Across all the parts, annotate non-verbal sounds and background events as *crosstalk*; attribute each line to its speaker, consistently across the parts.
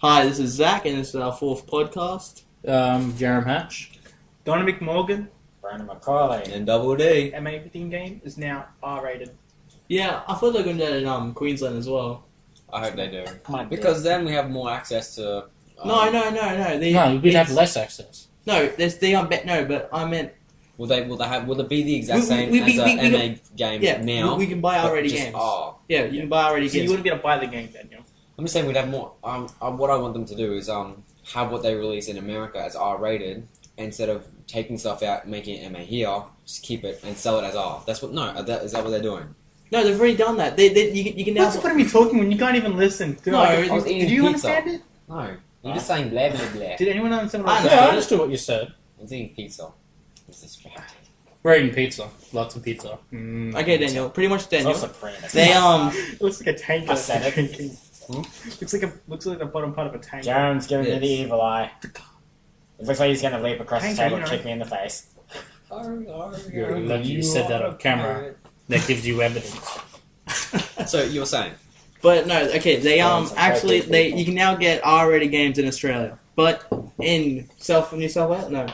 Speaker 1: Hi, this is Zach, and this is our fourth podcast.
Speaker 2: Um, Jerem Hatch.
Speaker 3: Donna McMorgan
Speaker 4: Brandon McCauley.
Speaker 5: And Double D.
Speaker 3: and my everything game is now R rated.
Speaker 1: Yeah, I thought they were going to do that in um, Queensland as well.
Speaker 5: I hope they do.
Speaker 4: Come on,
Speaker 5: Because then we have more access to. um,
Speaker 1: no, no, no, no. They,
Speaker 2: no, we'd have
Speaker 1: it's-
Speaker 2: less access.
Speaker 1: No, there's the um, bet. No, but I meant
Speaker 5: Will they? Will they have? Will it be the exact
Speaker 1: We- we-
Speaker 5: same
Speaker 1: we- we-
Speaker 5: as a
Speaker 1: we- we-
Speaker 5: MA game
Speaker 1: yeah.
Speaker 5: now?
Speaker 1: we, we can buy
Speaker 5: but
Speaker 1: already
Speaker 5: just
Speaker 1: games.
Speaker 5: R.
Speaker 1: Yeah, you can buy already
Speaker 3: So you
Speaker 1: games.
Speaker 3: wouldn't be able to buy the game, Daniel.
Speaker 5: I'm just saying we'd have more. Um, uh, what I want them to do is um have what they release in America as R rated instead of taking stuff out, and making it MA here. Just keep it and sell it as R. That's what. No, is that, is that what they're doing?
Speaker 1: No, they've already done that. They, they you, can- you can now.
Speaker 3: What's the point of me talking when you can't even listen? Dude,
Speaker 1: No,
Speaker 3: like,
Speaker 1: I
Speaker 5: was
Speaker 3: did
Speaker 5: eating
Speaker 3: you
Speaker 5: pizza.
Speaker 3: understand it?
Speaker 5: No, I'm just saying blah blah blah.
Speaker 3: Did anyone understand what
Speaker 1: I
Speaker 3: I
Speaker 1: know.
Speaker 3: said?
Speaker 2: Yeah, I understood what you said.
Speaker 5: I'm thinking pizza. It's distracting.
Speaker 2: We're eating pizza. Lots of pizza. Mm.
Speaker 1: Okay, Daniel. Pretty much Daniel.
Speaker 4: It's Soprano.
Speaker 1: They um.
Speaker 3: It looks like a tank.
Speaker 4: I said it.
Speaker 3: Drinking. Looks like a looks like the bottom part of a tank.
Speaker 4: Jerem's giving me the
Speaker 5: Yes.
Speaker 4: evil eye. It looks like he's gonna leap across the
Speaker 3: Thank
Speaker 4: table
Speaker 3: you,
Speaker 4: and
Speaker 3: you know.
Speaker 4: kick me in the face.
Speaker 2: You love you said that on camera. That gives you *laughs* evidence.
Speaker 5: So you were saying
Speaker 1: But no, okay. They um
Speaker 4: Sounds like
Speaker 1: actually
Speaker 4: bad
Speaker 1: they
Speaker 4: people.
Speaker 1: you can now get R-rated games in Australia, but in South New South Wales, no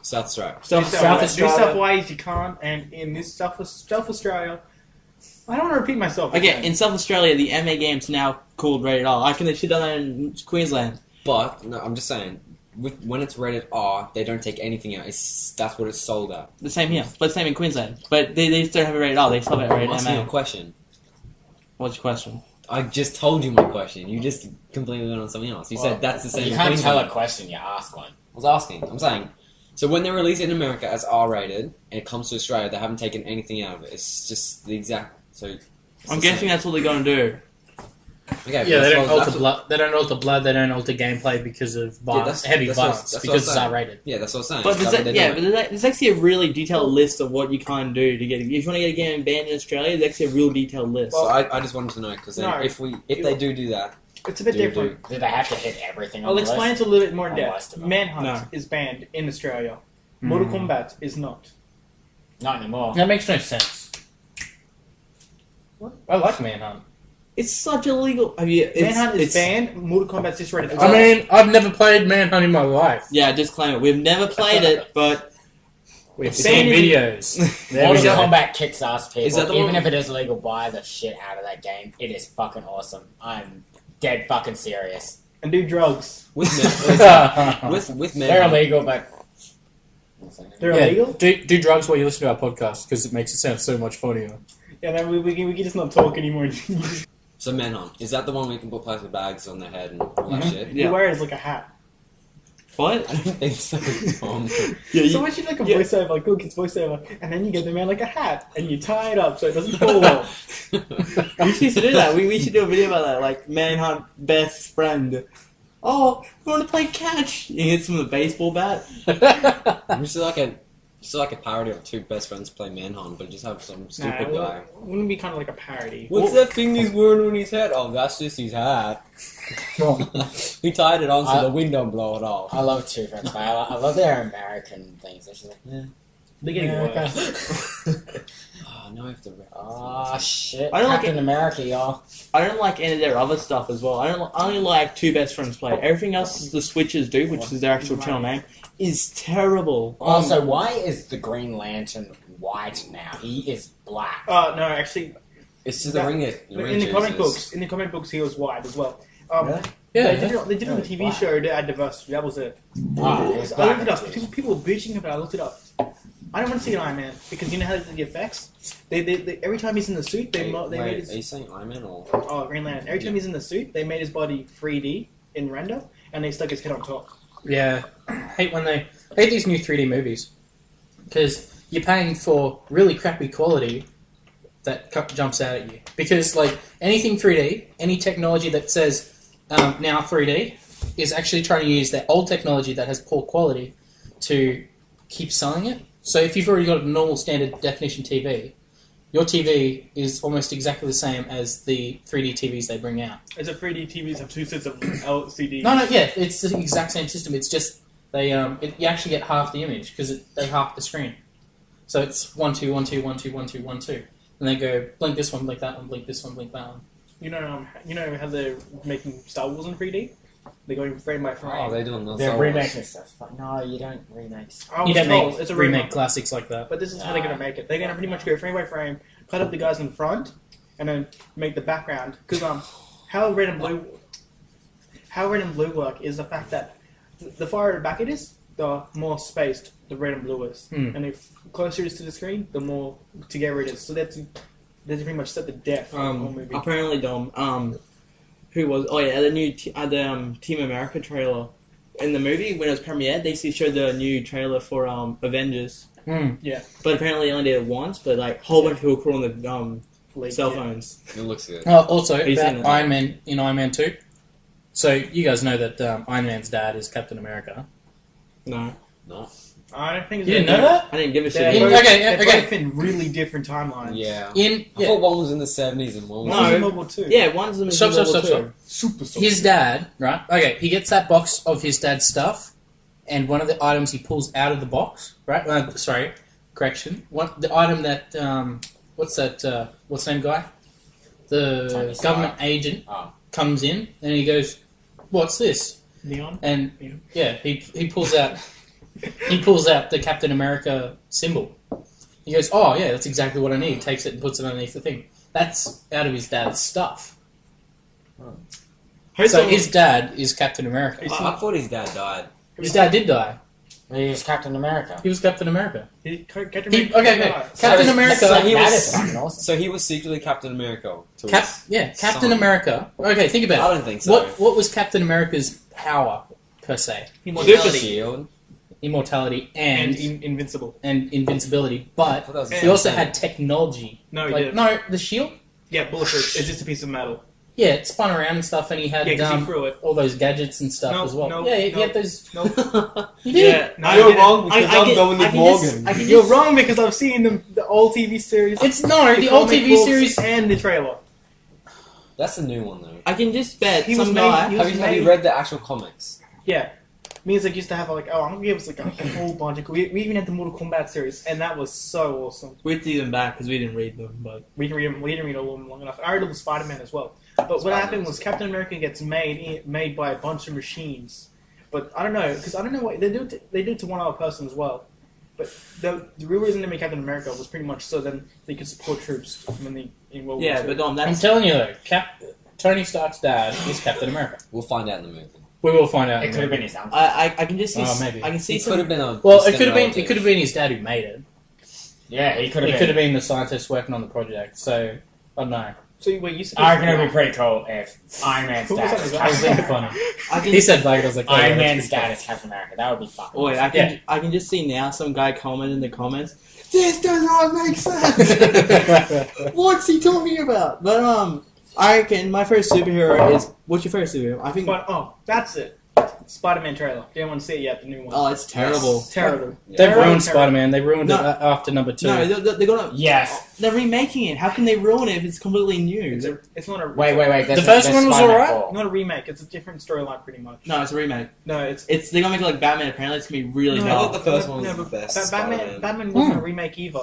Speaker 5: South Australia.
Speaker 1: South,
Speaker 3: New
Speaker 1: South
Speaker 3: Wales- New South
Speaker 1: Australia.
Speaker 3: Wales, you can't, and in this South, South Australia, I don't want to repeat myself.
Speaker 1: Okay, in South Australia, the MA game's now called rated R. I can they should have done that in Queensland.
Speaker 5: But no, I'm just saying. With, when it's rated R, they don't take anything out. It's, that's what it's sold at.
Speaker 1: The same here, but same in Queensland. But they, they still have it rated R. They still have it
Speaker 5: I'm
Speaker 1: rated
Speaker 5: asking you a
Speaker 1: MA.
Speaker 5: question.
Speaker 1: What's your question?
Speaker 5: I just told you my question. You just completely went on something else. You
Speaker 4: Well,
Speaker 5: said that's the same.
Speaker 4: You
Speaker 5: as
Speaker 4: can't
Speaker 5: Queensland.
Speaker 4: tell a question, you ask one.
Speaker 5: I was asking. I'm saying. So when they release it in America as R-rated and it comes to Australia, they haven't taken anything out of it. It's just the exact. So it's
Speaker 1: I'm
Speaker 5: the
Speaker 1: guessing
Speaker 5: same.
Speaker 1: that's what they're gonna do.
Speaker 5: Okay,
Speaker 2: Yeah, they
Speaker 5: that's
Speaker 2: don't
Speaker 5: what- that's
Speaker 2: alter
Speaker 5: what-
Speaker 2: blood. They don't alter blood. They don't alter gameplay because of
Speaker 5: Yeah,
Speaker 2: violence,
Speaker 5: that's-
Speaker 2: heavy
Speaker 5: that's what I-
Speaker 2: violence
Speaker 5: that's what I
Speaker 2: because
Speaker 5: was
Speaker 2: it's
Speaker 5: saying.
Speaker 2: R rated.
Speaker 5: Yeah, that's what I'm saying.
Speaker 1: But
Speaker 5: That's
Speaker 1: there's,
Speaker 5: what
Speaker 1: that,
Speaker 5: they're
Speaker 1: yeah, but
Speaker 5: doing.
Speaker 1: there's, that- there's actually a really detailed list of what you can do to get. If you want to get a game banned in Australia, there's actually a real detailed list.
Speaker 5: so I, I just wanted to know because
Speaker 3: No.
Speaker 5: if we if they do do that,
Speaker 3: it's a bit
Speaker 5: do-
Speaker 3: different.
Speaker 4: Do they have to hit everything on
Speaker 3: I'll
Speaker 4: the
Speaker 3: explain
Speaker 4: list?
Speaker 3: it a little bit more in
Speaker 4: I
Speaker 3: depth.
Speaker 4: lost about it.
Speaker 3: Manhunt
Speaker 1: No. Hmm.
Speaker 3: is banned in Australia. Mortal
Speaker 2: Hmm.
Speaker 3: Kombat is not.
Speaker 4: Not anymore.
Speaker 2: That makes no sense.
Speaker 3: What?
Speaker 2: I like Manhunt.
Speaker 1: it's such a legal. I mean, it's,
Speaker 3: Manhunt
Speaker 1: it's-
Speaker 3: is banned. Mortal Kombat's just rated.
Speaker 2: I
Speaker 3: R.
Speaker 2: mean, I've never played Manhunt in my life.
Speaker 1: Yeah, disclaimer. We've never played it, *laughs* but
Speaker 2: We've
Speaker 3: It's
Speaker 2: seen
Speaker 3: banned in-
Speaker 2: *laughs*
Speaker 5: *laughs*
Speaker 2: videos. There we
Speaker 4: Mortal
Speaker 2: go.
Speaker 4: Kombat kicks ass people.
Speaker 5: Is that the
Speaker 4: Even
Speaker 5: one-
Speaker 4: if it is illegal, buy the shit out of that game. It is fucking awesome. I'm dead fucking serious.
Speaker 3: and do drugs. *laughs*
Speaker 5: with
Speaker 2: *laughs*
Speaker 5: man,
Speaker 2: yeah,
Speaker 5: with with
Speaker 4: They're
Speaker 5: man,
Speaker 4: illegal, but
Speaker 3: They're illegal.
Speaker 2: do, do drugs while you listen to our podcast because it makes it sound so much funnier.
Speaker 3: Yeah, then we, we, can, we can just not talk anymore. *laughs*
Speaker 5: so manhunt is that the one we can put plastic bags on their head and all that
Speaker 3: Mm-hmm.
Speaker 2: Mhm.
Speaker 5: shit?
Speaker 1: Yeah.
Speaker 3: You wear it as like a hat.
Speaker 1: what?
Speaker 5: *laughs* I don't think so. Tom.
Speaker 1: Yeah,
Speaker 3: So once you do, like a
Speaker 1: yeah.
Speaker 3: voiceover, like cool kids voiceover, and then you get the man like a hat, and you tie it up so it doesn't *laughs* fall off. *laughs*
Speaker 1: we should do that. We, we should do a video about that, like manhunt best friend. Oh, we want to play catch. You hits him with a baseball bat.
Speaker 5: *laughs* I'm just like a just like a parody of two best friends play manhunt, but just have some stupid
Speaker 3: Nah,
Speaker 5: guy.
Speaker 3: Wouldn't it be kind of like a parody.
Speaker 5: What's that thing he's wearing on his head? Oh, that's just his hat. *laughs* he tied it on so
Speaker 4: I-
Speaker 5: the wind don't blow it off. *laughs*
Speaker 4: I love Two Friends. but I, I love their American things. They're just like, eh,
Speaker 3: They're getting
Speaker 4: America.
Speaker 3: worse.
Speaker 5: oh, now I have to Ah, reference
Speaker 3: Ah,
Speaker 5: *laughs*
Speaker 4: Oh shit!
Speaker 1: I don't like
Speaker 4: Captain America, y'all.
Speaker 1: I don't like any of their other stuff as well. I don't. I only like two best friends play. Everything else the switches do, which is their actual channel name, is terrible. Um,
Speaker 3: Oh,
Speaker 4: Also, Oh, why is the Green Lantern white now? He is black.
Speaker 3: Uh, no, actually,
Speaker 5: It's just the
Speaker 3: That-
Speaker 5: ring it.
Speaker 3: in the comic books, in the comic books, he was white as well. Um,
Speaker 5: Really?
Speaker 3: they did it, on- they did it on the
Speaker 4: Yeah,
Speaker 3: TV
Speaker 4: black.
Speaker 3: show. They had diversity. That was it.
Speaker 4: Oh, he was
Speaker 3: I
Speaker 4: black
Speaker 3: looked it
Speaker 4: and
Speaker 3: up.
Speaker 4: Jewish.
Speaker 3: People, people were bitching about. it. I looked it up. I don't want to see an Iron Man because you know how they did the effects. They, they, they every time he's in the suit, they mo- they
Speaker 5: Wait,
Speaker 3: made
Speaker 5: are you
Speaker 3: his
Speaker 5: saying Iron Man or?
Speaker 3: oh Green Lantern. Every time he's in the suit, they made his body 3D in render, and they stuck his head on top.
Speaker 2: Yeah, hate when they hate these new 3D movies because you're paying for really crappy quality that cu- jumps out at you. Because like anything 3D, any technology that says um, now 3D is actually trying to use their old technology that has poor quality to keep selling it. So if you've already got a normal standard definition TV, your TV is almost exactly the same as the 3D TVs they bring out.
Speaker 3: It's a 3D TVs have two sets of *clears throat* LCD.
Speaker 2: No, no, yeah, it's the exact same system. It's just they um, it, you actually get half the image because they half the screen. So it's one two one two one two one two one two, and they go blink this one, blink that one, blink this one, blink that one.
Speaker 3: You know, um, you know how they're making Star Wars in 3D. They're going frame by frame.
Speaker 5: Oh, they're doing the
Speaker 4: They're
Speaker 5: Star Wars.
Speaker 4: remaking stuff. But no, you don't remake stuff.
Speaker 3: I
Speaker 2: you
Speaker 3: was
Speaker 2: don't
Speaker 3: told
Speaker 2: make
Speaker 3: Oh, it's a
Speaker 2: remake,
Speaker 3: remake.
Speaker 2: classics like that.
Speaker 3: But this is how they're
Speaker 4: Nah.
Speaker 3: gonna make it. They're gonna pretty much go frame by frame, cut up the guys in front, and then make the background. Because um, how red and blue, how red and blue work is the fact that th- the farther back it is, the more spaced the red and blue is,
Speaker 2: Hmm.
Speaker 3: and the closer it is to the screen, the more together it is. So that's that's pretty much set the depth of the whole
Speaker 1: Um,
Speaker 3: movie.
Speaker 2: uh,
Speaker 1: apparently, Dom, um, who was oh yeah, the new t- uh, the um, Team America trailer in the movie when it was premiered, they s- showed the new trailer for um, Avengers,
Speaker 2: Hmm.
Speaker 1: but apparently they only did it once. But like a whole bunch of people were calling the um,
Speaker 3: Like,
Speaker 1: cell
Speaker 3: yeah.
Speaker 1: phones.
Speaker 5: It looks good.
Speaker 2: Oh, also,
Speaker 1: He's
Speaker 2: about
Speaker 1: in it.
Speaker 2: Iron Man in Iron Man 2. So, you guys know that um, Iron Man's dad is Captain America.
Speaker 1: No,
Speaker 5: No.
Speaker 3: I don't think
Speaker 2: You
Speaker 3: it's
Speaker 2: didn't
Speaker 3: gonna
Speaker 2: know that?
Speaker 1: I didn't give a
Speaker 3: be- They're
Speaker 1: shit.
Speaker 2: Yeah.
Speaker 3: both,
Speaker 2: In- okay,
Speaker 3: they're
Speaker 2: okay.
Speaker 3: both in really different timelines.
Speaker 5: Yeah.
Speaker 2: In
Speaker 5: I thought
Speaker 2: yeah,
Speaker 5: one was in the 70s and one was.
Speaker 1: No.
Speaker 3: One's in World War Two.
Speaker 1: Yeah, one's in the
Speaker 2: Stop, stop,
Speaker 1: World
Speaker 2: stop,
Speaker 1: War
Speaker 2: stop.
Speaker 1: Two.
Speaker 3: super. soldier.
Speaker 2: his dad, right? Okay, he gets that box of his dad's stuff, and one of the items he pulls out of the box, right? Uh, sorry, correction. One the item that um, what's that? Uh, what's the name guy?
Speaker 4: Tony
Speaker 2: The
Speaker 4: Stark.
Speaker 2: government agent
Speaker 4: Oh.
Speaker 2: comes in and he goes, "What's this?"
Speaker 3: neon.
Speaker 2: And
Speaker 3: Yeah.
Speaker 2: yeah, he he pulls out he pulls out the Captain America symbol. He goes, "Oh yeah, that's exactly what I need." Takes it and puts it underneath the thing. That's out of his dad's stuff.
Speaker 1: Who's
Speaker 2: So
Speaker 1: the-
Speaker 2: his dad is Captain America.
Speaker 3: He's-
Speaker 5: I, I thought his dad died.
Speaker 2: His dad did die.
Speaker 4: He's Captain America.
Speaker 2: He was Captain America.
Speaker 3: He- Captain
Speaker 2: He-
Speaker 3: America-
Speaker 2: okay, okay.
Speaker 3: God.
Speaker 2: Captain
Speaker 4: So-
Speaker 2: America,
Speaker 4: So he
Speaker 5: that
Speaker 4: was
Speaker 5: is
Speaker 4: fucking awesome.
Speaker 5: So he was secretly Captain America. to
Speaker 2: Cap-
Speaker 5: his-
Speaker 2: yeah, Captain
Speaker 5: son.
Speaker 2: America. Okay, think
Speaker 5: I
Speaker 2: about it.
Speaker 5: don't think so.
Speaker 2: What what was Captain America's power per se?
Speaker 5: Super
Speaker 3: Immortality
Speaker 5: Shield.
Speaker 2: Immortality and
Speaker 3: and
Speaker 2: and,
Speaker 3: in- invincible.
Speaker 2: invincibility,
Speaker 5: I
Speaker 2: but
Speaker 5: thought that was the
Speaker 2: he
Speaker 5: same
Speaker 2: also
Speaker 5: thing.
Speaker 2: had technology.
Speaker 3: No, Oh, he
Speaker 2: Like
Speaker 3: didn't.
Speaker 2: no, the shield.
Speaker 3: Yeah, bulletproof. It's just a piece of metal.
Speaker 2: Yeah, it spun around and stuff, and he had
Speaker 3: Yeah, 'cause he
Speaker 2: um, *laughs*
Speaker 3: threw it.
Speaker 2: all those gadgets and stuff
Speaker 3: No,
Speaker 2: as well.
Speaker 3: no,
Speaker 2: yeah, he
Speaker 3: no.
Speaker 2: had those. You did.
Speaker 1: yeah,
Speaker 3: No,
Speaker 6: You're
Speaker 3: I didn't.
Speaker 6: wrong because
Speaker 1: I- I
Speaker 6: I'm
Speaker 1: get- I
Speaker 6: Dominic
Speaker 1: can just-
Speaker 6: Morgan.
Speaker 1: I can
Speaker 3: You're
Speaker 1: just-
Speaker 3: wrong because I've seen the, the old TV series.
Speaker 2: It's no the old
Speaker 3: comic
Speaker 2: TV
Speaker 3: books
Speaker 2: series.
Speaker 3: and the trailer.
Speaker 5: That's the new one, though.
Speaker 1: I can just bet
Speaker 3: He was
Speaker 1: some
Speaker 3: made-
Speaker 1: guy.
Speaker 3: he was
Speaker 5: Have you, have
Speaker 3: made-
Speaker 5: you read the actual comics?
Speaker 3: Yeah, me and Zach used to have like oh I'm gonna give us like a whole bunch of. We, we even had the Mortal Kombat series and that was so awesome.
Speaker 1: we threw them back because we didn't read them, but
Speaker 3: We didn't read them, we didn't read all of them long enough. I read them Spider Man as well. But what
Speaker 5: Spider-Man
Speaker 3: happened was
Speaker 5: was-
Speaker 3: Captain America gets made in- made by a bunch of machines. But I don't know because I don't know what they do. It to, they do it to one other person as well. But the, the real reason they made Captain America was pretty much so then they could support troops when they in World
Speaker 1: yeah,
Speaker 3: War
Speaker 1: but
Speaker 3: II.
Speaker 1: Dom,
Speaker 2: I'm
Speaker 1: that's
Speaker 2: telling you though, Cap- Tony Stark's dad is Captain America.
Speaker 5: We'll find out in the movie.
Speaker 2: We will find out.
Speaker 4: It
Speaker 2: in
Speaker 4: could
Speaker 2: a
Speaker 4: have
Speaker 2: minute.
Speaker 4: been his uncle.
Speaker 1: I, I I can just see
Speaker 2: Oh,
Speaker 1: s-
Speaker 2: maybe.
Speaker 1: I can see
Speaker 5: It could
Speaker 1: some
Speaker 5: have been a.
Speaker 2: Well, it
Speaker 5: distant
Speaker 2: could have been. It
Speaker 5: relative.
Speaker 2: could have been his dad who made it.
Speaker 4: Yeah, he could
Speaker 2: It
Speaker 4: have
Speaker 2: could have
Speaker 4: been.
Speaker 2: been the scientist working on the project. So I don't know.
Speaker 3: So you- wait, you said
Speaker 4: I reckon it would be pretty cool if Iron Man's
Speaker 3: Who was
Speaker 4: dad
Speaker 3: that
Speaker 4: is
Speaker 3: guy?
Speaker 2: I was
Speaker 4: Captain
Speaker 2: thinking
Speaker 4: America.
Speaker 2: funny.
Speaker 1: I can
Speaker 2: He said like I was like oh,
Speaker 4: Iron
Speaker 2: that's
Speaker 4: Man's
Speaker 2: pretty
Speaker 4: dad
Speaker 2: funny.
Speaker 4: is Captain America. That would be fucking
Speaker 1: Wait, I
Speaker 4: awesome.
Speaker 1: can I can just see now some guy comment in the comments. This does not make sense. What's he talking about? But um, I reckon my first superhero is what's your first superhero? I think
Speaker 3: But oh, that's it. Spider-Man trailer. Didn't want to see it yet. The new one.
Speaker 1: oh, it's terrible.
Speaker 3: terrible.
Speaker 2: *laughs* They've
Speaker 3: Terrible,
Speaker 2: ruined
Speaker 3: terrible.
Speaker 2: Spider Man. They ruined
Speaker 1: No.
Speaker 2: it uh, after number two.
Speaker 1: No, they're, they're gonna
Speaker 4: Yes.
Speaker 1: they're remaking it. How can they ruin it if it's completely new?
Speaker 3: It's, a, it's not a
Speaker 4: Wait, wait, wait.
Speaker 2: The
Speaker 4: There's a-
Speaker 2: first
Speaker 4: there's
Speaker 2: one was
Speaker 4: Spider-Man
Speaker 2: alright.
Speaker 4: four.
Speaker 3: Not a remake. It's a different storyline, pretty much.
Speaker 1: no, it's a remake.
Speaker 3: no, it's
Speaker 1: It's they're gonna make it like Batman. Apparently, it's gonna be really
Speaker 3: No,
Speaker 5: *laughs* I
Speaker 1: dumb.
Speaker 5: thought the first
Speaker 3: No,
Speaker 5: one was
Speaker 3: no,
Speaker 5: the best.
Speaker 3: Ba- Batman.
Speaker 5: Spider-Man.
Speaker 3: Batman wasn't
Speaker 1: Hmm.
Speaker 3: a remake either.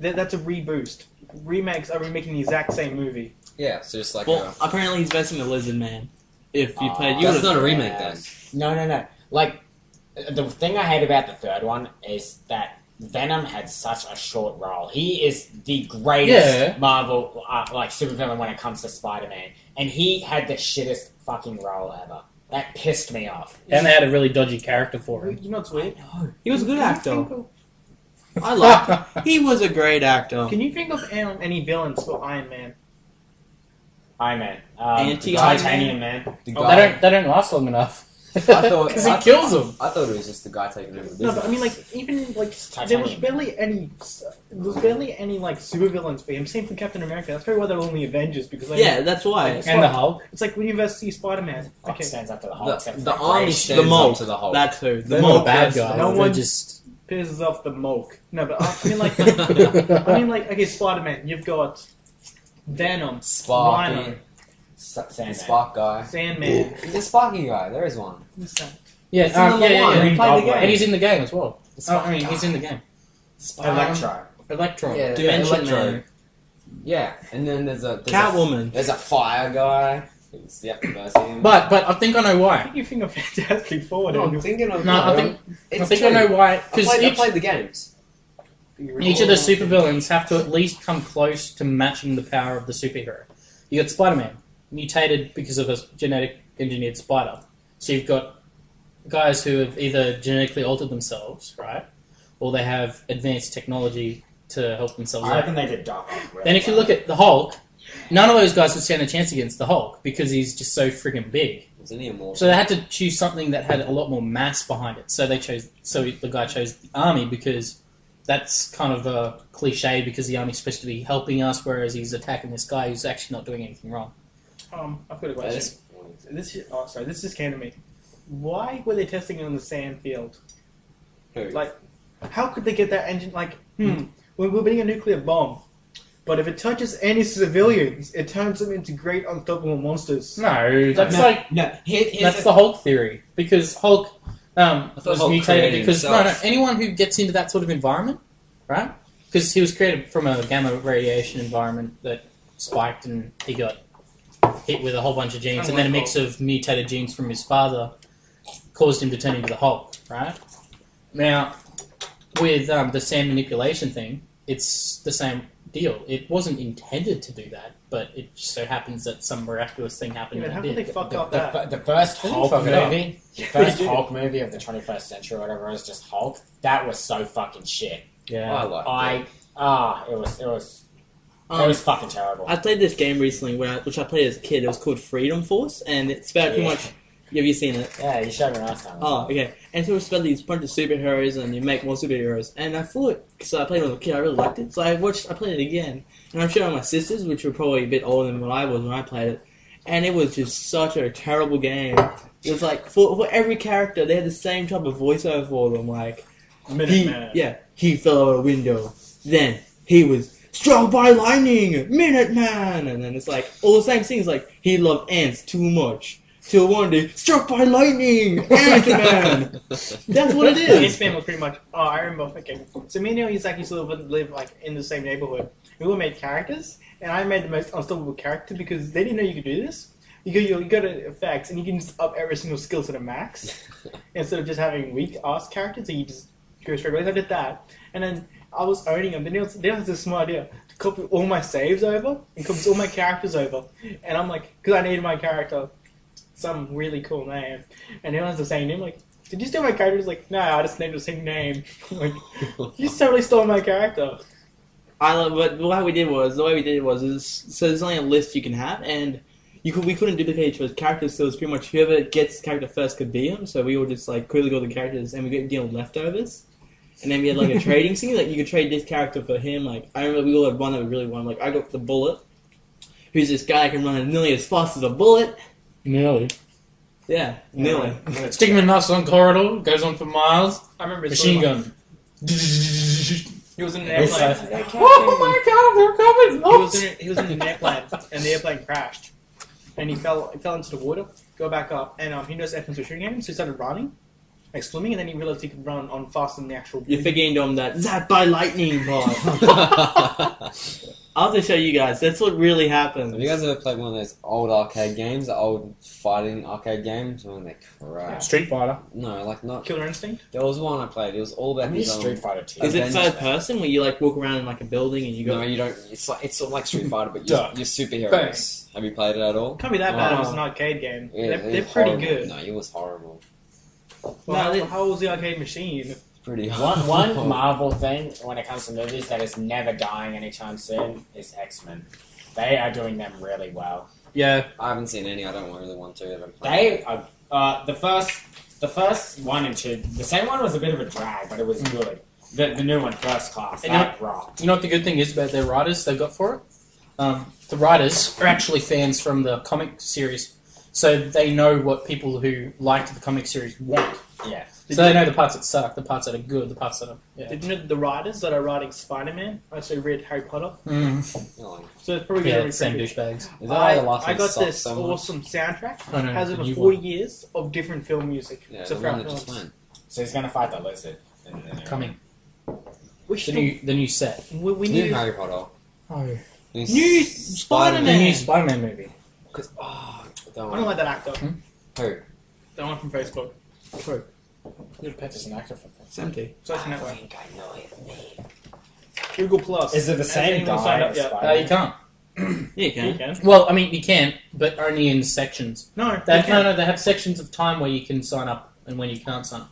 Speaker 3: That, that's a reboost. Remakes are remaking the exact same movie.
Speaker 5: Yeah, so just like.
Speaker 1: Well,
Speaker 5: uh,
Speaker 1: apparently he's best in the Lizard Man. If you
Speaker 4: Aw.
Speaker 1: played, you
Speaker 5: that's
Speaker 1: would've-
Speaker 5: not a remake,
Speaker 4: Yeah.
Speaker 5: then.
Speaker 4: No, no, no. Like, the thing I hate about the third one is that Venom had such a short role. He is the greatest
Speaker 2: Yeah.
Speaker 4: Marvel, uh, like, supervillain when it comes to Spider Man. And he had the shittest fucking role ever. That pissed me off.
Speaker 2: And they had a really dodgy character for him.
Speaker 3: You know what's weird?
Speaker 1: he was a good
Speaker 3: Can you
Speaker 1: actor.
Speaker 3: think of-
Speaker 1: I
Speaker 2: *laughs*
Speaker 1: liked. he was a great actor.
Speaker 3: Can you think of um, any villains for Iron Man?
Speaker 4: Iron Man. Um,
Speaker 1: Anti-
Speaker 4: Titanium Man.
Speaker 5: The
Speaker 3: Oh,
Speaker 2: They
Speaker 5: guy.
Speaker 2: don't. They don't last long enough. *laughs*
Speaker 5: thought-
Speaker 2: because he
Speaker 5: I-
Speaker 2: kills them.
Speaker 5: I thought it was just the guy taking over the
Speaker 3: No,
Speaker 5: business.
Speaker 3: but I mean, like even like there was
Speaker 4: Titanium.
Speaker 3: barely any, there was barely any like supervillains for him. Same for Captain America. That's probably why they're only Avengers because like,
Speaker 1: Yeah, that's why.
Speaker 2: And the Hulk.
Speaker 3: it's like when you first see Spider Man.
Speaker 4: Fuck,
Speaker 3: Okay,
Speaker 4: stands up to the Hulk.
Speaker 5: the,
Speaker 4: except
Speaker 5: the,
Speaker 4: for
Speaker 5: army
Speaker 4: Rage.
Speaker 5: stands
Speaker 1: Hulk.
Speaker 5: up to the Hulk.
Speaker 1: That's who. The
Speaker 2: They're not
Speaker 1: Hulk.
Speaker 2: bad guys.
Speaker 3: No
Speaker 2: They're
Speaker 3: one-
Speaker 2: just.
Speaker 3: pisses off the moke. No, but uh, I, I
Speaker 1: *laughs*
Speaker 3: mean *laughs* like. I
Speaker 2: I
Speaker 3: mean, like, okay, Spider Man, you've got Venom,
Speaker 5: Sparky.
Speaker 3: Rhino,
Speaker 4: S-
Speaker 5: The
Speaker 4: Sandman.
Speaker 5: Spark guy.
Speaker 3: Sandman.
Speaker 5: The Sparky guy. There is one.
Speaker 3: Who's that?
Speaker 2: Yeah,
Speaker 5: It's
Speaker 2: um, yeah,
Speaker 5: another
Speaker 2: yeah,
Speaker 5: one.
Speaker 2: yeah.
Speaker 5: He played the game.
Speaker 2: And he's in the game as well.
Speaker 5: The
Speaker 2: Oh,
Speaker 5: Spark
Speaker 2: I mean,
Speaker 5: guy.
Speaker 2: he's in the game.
Speaker 4: Electro.
Speaker 2: Electron.
Speaker 5: Yeah,
Speaker 1: Dimension
Speaker 5: Electro.
Speaker 1: Man.
Speaker 5: Yeah, and then there's a there's a-
Speaker 1: Catwoman.
Speaker 5: there's a fire guy. It's the Activision.
Speaker 2: But but I think I know
Speaker 3: I
Speaker 2: why.
Speaker 3: think you think I'm *laughs* fantastic forward.
Speaker 5: no, I'm
Speaker 3: Daniel.
Speaker 5: thinking of
Speaker 2: No, I think
Speaker 5: it's
Speaker 2: I think
Speaker 5: true.
Speaker 2: I know why
Speaker 5: I
Speaker 2: because
Speaker 5: played, I
Speaker 2: each,
Speaker 5: played the games.
Speaker 2: each of the supervillains have to at least come close to matching the power of the superhero. You got Spider Man mutated because of a genetic engineered spider. So you've got guys who have either genetically altered themselves, right, or they have advanced technology to help themselves
Speaker 4: I
Speaker 2: out.
Speaker 4: reckon they did Dark Knight. really
Speaker 2: Then if you
Speaker 4: well.
Speaker 2: look at the Hulk, none of those guys would stand a chance against the Hulk because he's just so friggin' big.
Speaker 5: Was any immortal?
Speaker 2: So they had to choose something that had a lot more mass behind it. So they chose. So the guy chose the army because that's kind of a cliche because the army's supposed to be helping us, whereas he's attacking this guy who's actually not doing anything wrong.
Speaker 3: Um, I've got a
Speaker 5: Yeah,
Speaker 2: *laughs*
Speaker 3: question.
Speaker 5: this-
Speaker 3: This is, oh, sorry, this just came to me. Why were they testing it on the sand field?
Speaker 5: who?
Speaker 3: Like- How could they get that engine? Like, hmm, we're building a nuclear bomb, but if it touches any civilians, it turns them into great unstoppable monsters.
Speaker 2: No, that's
Speaker 5: no,
Speaker 2: like
Speaker 5: no. Here, here's
Speaker 2: that's
Speaker 5: the,
Speaker 2: the Hulk theory because Hulk um,
Speaker 5: I thought
Speaker 2: was
Speaker 5: Hulk
Speaker 2: mutated
Speaker 5: created
Speaker 2: because no, no,
Speaker 5: himself.
Speaker 2: anyone who gets into that sort of environment, right? Because he was created from a gamma radiation environment that spiked, and he got hit with a whole bunch of genes, and then a mix of mutated genes from his father caused him to turn into the Hulk, right? Now, with um, the sand manipulation thing, it's the same deal. It wasn't intended to do that, but it just so happens that some miraculous thing happened.
Speaker 3: Yeah,
Speaker 2: and
Speaker 3: how
Speaker 2: it
Speaker 3: could
Speaker 2: did.
Speaker 3: they fuck
Speaker 4: the,
Speaker 3: up
Speaker 4: the,
Speaker 3: that?
Speaker 4: fir- the first
Speaker 2: They didn't
Speaker 4: Hulk
Speaker 2: fuck it up.
Speaker 4: movie, the
Speaker 3: they
Speaker 4: first
Speaker 3: did.
Speaker 4: Hulk movie of the 21st century or whatever is just Hulk. That was so fucking shit.
Speaker 2: Yeah.
Speaker 5: I like. *laughs*
Speaker 4: I ah, it was it was it
Speaker 1: Um,
Speaker 4: was fucking terrible.
Speaker 1: I played this game recently, where I, which I played as a kid. It was called Freedom Force, and it's about pretty
Speaker 4: Yeah.
Speaker 1: much. Have you seen it?
Speaker 4: yeah, you showed me last time.
Speaker 1: Oh, okay. And so it's about these bunch of superheroes, and you make more superheroes. And I thought, because I played it as a kid, I really liked it. So I watched, I played it again, and I'm showing my sisters, which were probably a bit older than what I was when I played it. And it was just such a terrible game. It was like for, for every character, they had the same type of voiceover for them. Like he,
Speaker 3: Minuteman.
Speaker 1: yeah, he fell out a window. Then he was struck by lightning, Minuteman, and then it's like all the same things. Like he loved ants too much. Till one day, struck by
Speaker 5: *laughs*
Speaker 1: lightning, Ant Man. That's what it is.
Speaker 3: His man was pretty much. Oh, I remember. Okay, so me and Neil Yuzaki used to live, live like in the same neighborhood. We all made characters, and I made the most unstoppable character because they didn't know you could do this. You go, you go to effects, and you can just up every single skill to the max
Speaker 1: *laughs*
Speaker 3: instead of just having weak ass characters. So you just go straight away. So I did that, and then I was owning them. Then Neil, Neil has this smart idea to copy all my saves over and copies all my characters over, and I'm like, because I needed my character some really cool name, and Neil has the same name. Like. Did you steal my character? He's like, nah, I just named the same name. *laughs* I'm like, you just totally stole my character.
Speaker 1: I love what what we did was the way we did it was is, so there's only a list you can have and you could we couldn't duplicate each other's characters so it's pretty much whoever gets the character first could be him so we all just like quickly got the characters and we could deal with leftovers and then we had like
Speaker 5: *laughs*
Speaker 1: a trading scene like you could trade this character for him like I remember we all had one that we really wanted like I got the bullet who's this guy that can run nearly as fast as a bullet
Speaker 2: Nearly.
Speaker 1: yeah nearly
Speaker 2: Sticking a nice long corridor, goes on for miles.
Speaker 3: I remember his
Speaker 2: Machine
Speaker 3: storyline.
Speaker 2: gun.
Speaker 3: He was in an
Speaker 4: It's
Speaker 3: airplane.
Speaker 4: like-
Speaker 2: Oh my god, they're coming!
Speaker 3: He was in, he was in an airplane, and the airplane crashed, and he fell he fell into the water. Go back up, and um, he noticed airplanes were shooting at him, so he started running, like swimming, and then he realized he could run on faster than the actual.
Speaker 1: you're forgetting to him that zap by lightning part I'll have to show you guys that's what really happens
Speaker 5: Have you guys ever played one of those old arcade games, the old fighting arcade games, when they crash?
Speaker 2: Street Fighter.
Speaker 5: No, like not.
Speaker 3: Killer Instinct.
Speaker 5: There was one I played. It was all
Speaker 4: I
Speaker 5: about
Speaker 4: mean,
Speaker 5: these.
Speaker 4: Street
Speaker 5: Um,
Speaker 4: Fighter Two.
Speaker 1: Is it
Speaker 5: Avenged.
Speaker 1: third person where you like walk around in like a building and you go?
Speaker 5: no, you don't. It's like it's sort of like Street Fighter, but you're,
Speaker 2: Duh.
Speaker 5: you're superheroes. Have you played it at all?
Speaker 3: Can't be that bad. It was
Speaker 1: Wow.
Speaker 3: an arcade game.
Speaker 5: Yeah,
Speaker 3: they're
Speaker 5: it
Speaker 3: they're
Speaker 5: was
Speaker 3: pretty
Speaker 5: horrible.
Speaker 3: good.
Speaker 5: No, it was horrible.
Speaker 3: Well,
Speaker 1: No,
Speaker 3: how,
Speaker 1: they-
Speaker 3: how old was the arcade machine?
Speaker 5: It's pretty
Speaker 4: One
Speaker 5: horrible. *laughs*
Speaker 4: one Marvel thing when it comes to movies that is never dying anytime soon is X Men. They are doing them really well.
Speaker 2: Yeah.
Speaker 5: I haven't seen any. I don't really want to. I haven't played
Speaker 4: They
Speaker 5: it.
Speaker 4: are uh, the first the first one and two. The same one was a bit of a drag, but it was good. The, the new one, First Class,
Speaker 2: Mm. And
Speaker 4: that rocked.
Speaker 2: You know what the good thing is about their writers they've got for it? Um, the writers are actually fans from the comic series, so they know what people who liked the comic series want.
Speaker 4: Yeah.
Speaker 3: Did
Speaker 2: So they
Speaker 3: you-
Speaker 2: know the parts that suck, the parts that are good, the parts that are. Yeah.
Speaker 3: Did you know the writers that are writing Spider-Man actually read Harry Potter?
Speaker 2: Mm.
Speaker 5: No, like-
Speaker 3: So it's probably
Speaker 2: yeah
Speaker 3: gonna be
Speaker 2: same
Speaker 3: pretty-
Speaker 2: douchebags.
Speaker 5: Is that why
Speaker 3: I,
Speaker 5: the last
Speaker 3: I
Speaker 5: one
Speaker 3: got
Speaker 5: sucked
Speaker 3: this
Speaker 5: so much?
Speaker 3: awesome soundtrack.
Speaker 2: I know.
Speaker 3: Has
Speaker 2: the
Speaker 3: over
Speaker 2: new
Speaker 3: 40
Speaker 2: one.
Speaker 3: years of different film music.
Speaker 5: Yeah,
Speaker 3: so
Speaker 5: the
Speaker 3: for our
Speaker 5: one that just
Speaker 3: films.
Speaker 5: went.
Speaker 4: So he's gonna fight the lizard. in the new
Speaker 2: coming. The
Speaker 3: We should.
Speaker 2: new the new set.
Speaker 3: we, we
Speaker 5: new
Speaker 3: need.
Speaker 5: Harry Potter.
Speaker 2: Oh.
Speaker 1: New
Speaker 5: Spider-Man.
Speaker 2: The
Speaker 1: Spider-Man.
Speaker 2: new Spider-Man movie.
Speaker 5: Because oh, Don't
Speaker 3: I don't like that actor.
Speaker 5: Who?
Speaker 3: The one from Facebook.
Speaker 1: True.
Speaker 2: Your pet is an actor for things.
Speaker 1: It's empty.
Speaker 3: Social
Speaker 4: I
Speaker 3: network.
Speaker 4: think I know it.
Speaker 3: Google Plus.
Speaker 4: Is it the
Speaker 3: Has
Speaker 4: same
Speaker 3: anyone
Speaker 4: guy?
Speaker 3: signed up
Speaker 4: as
Speaker 3: yet?
Speaker 2: Uh, you
Speaker 4: Spider-Man?
Speaker 2: can't.
Speaker 1: Yeah, you
Speaker 3: You
Speaker 1: can.
Speaker 3: can.
Speaker 2: Well, I mean, you can, but only in sections.
Speaker 3: No, you
Speaker 2: They have, no,
Speaker 3: can't.
Speaker 2: no, they have sections of time where you can sign up and when you can't sign up.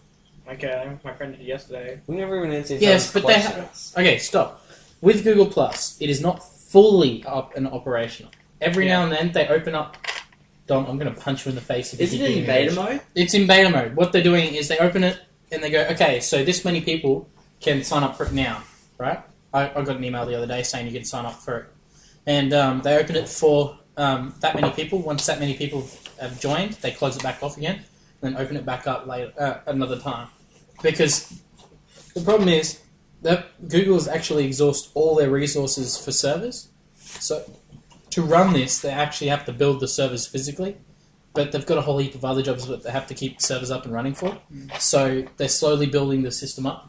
Speaker 3: Okay, uh, my friend did it yesterday.
Speaker 5: We never even answered.
Speaker 2: Yes, but they ha-
Speaker 5: questions.
Speaker 2: Okay, stop. With Google Plus, it is not fully up and operational. Every
Speaker 3: Yeah.
Speaker 2: now and then they open up. Dom, I'm going to punch you in the face if
Speaker 1: Is
Speaker 2: you
Speaker 1: it
Speaker 2: keep
Speaker 1: in
Speaker 2: doing
Speaker 1: beta
Speaker 2: this.
Speaker 1: mode?
Speaker 2: It's in beta mode. What they're doing is they open it and they go, okay, so this many people can sign up for it now, right? I, I got an email the other day saying you can sign up for it. And um, they open it for um, that many people. Once that many people have joined, they close it back off again and then open it back up later uh, another time. Because the problem is that Google's actually exhaust all their resources for servers. So to run this, they actually have to build the servers physically but they've got a whole heap of other jobs that they have to keep servers up and running for. So they're slowly building the system up.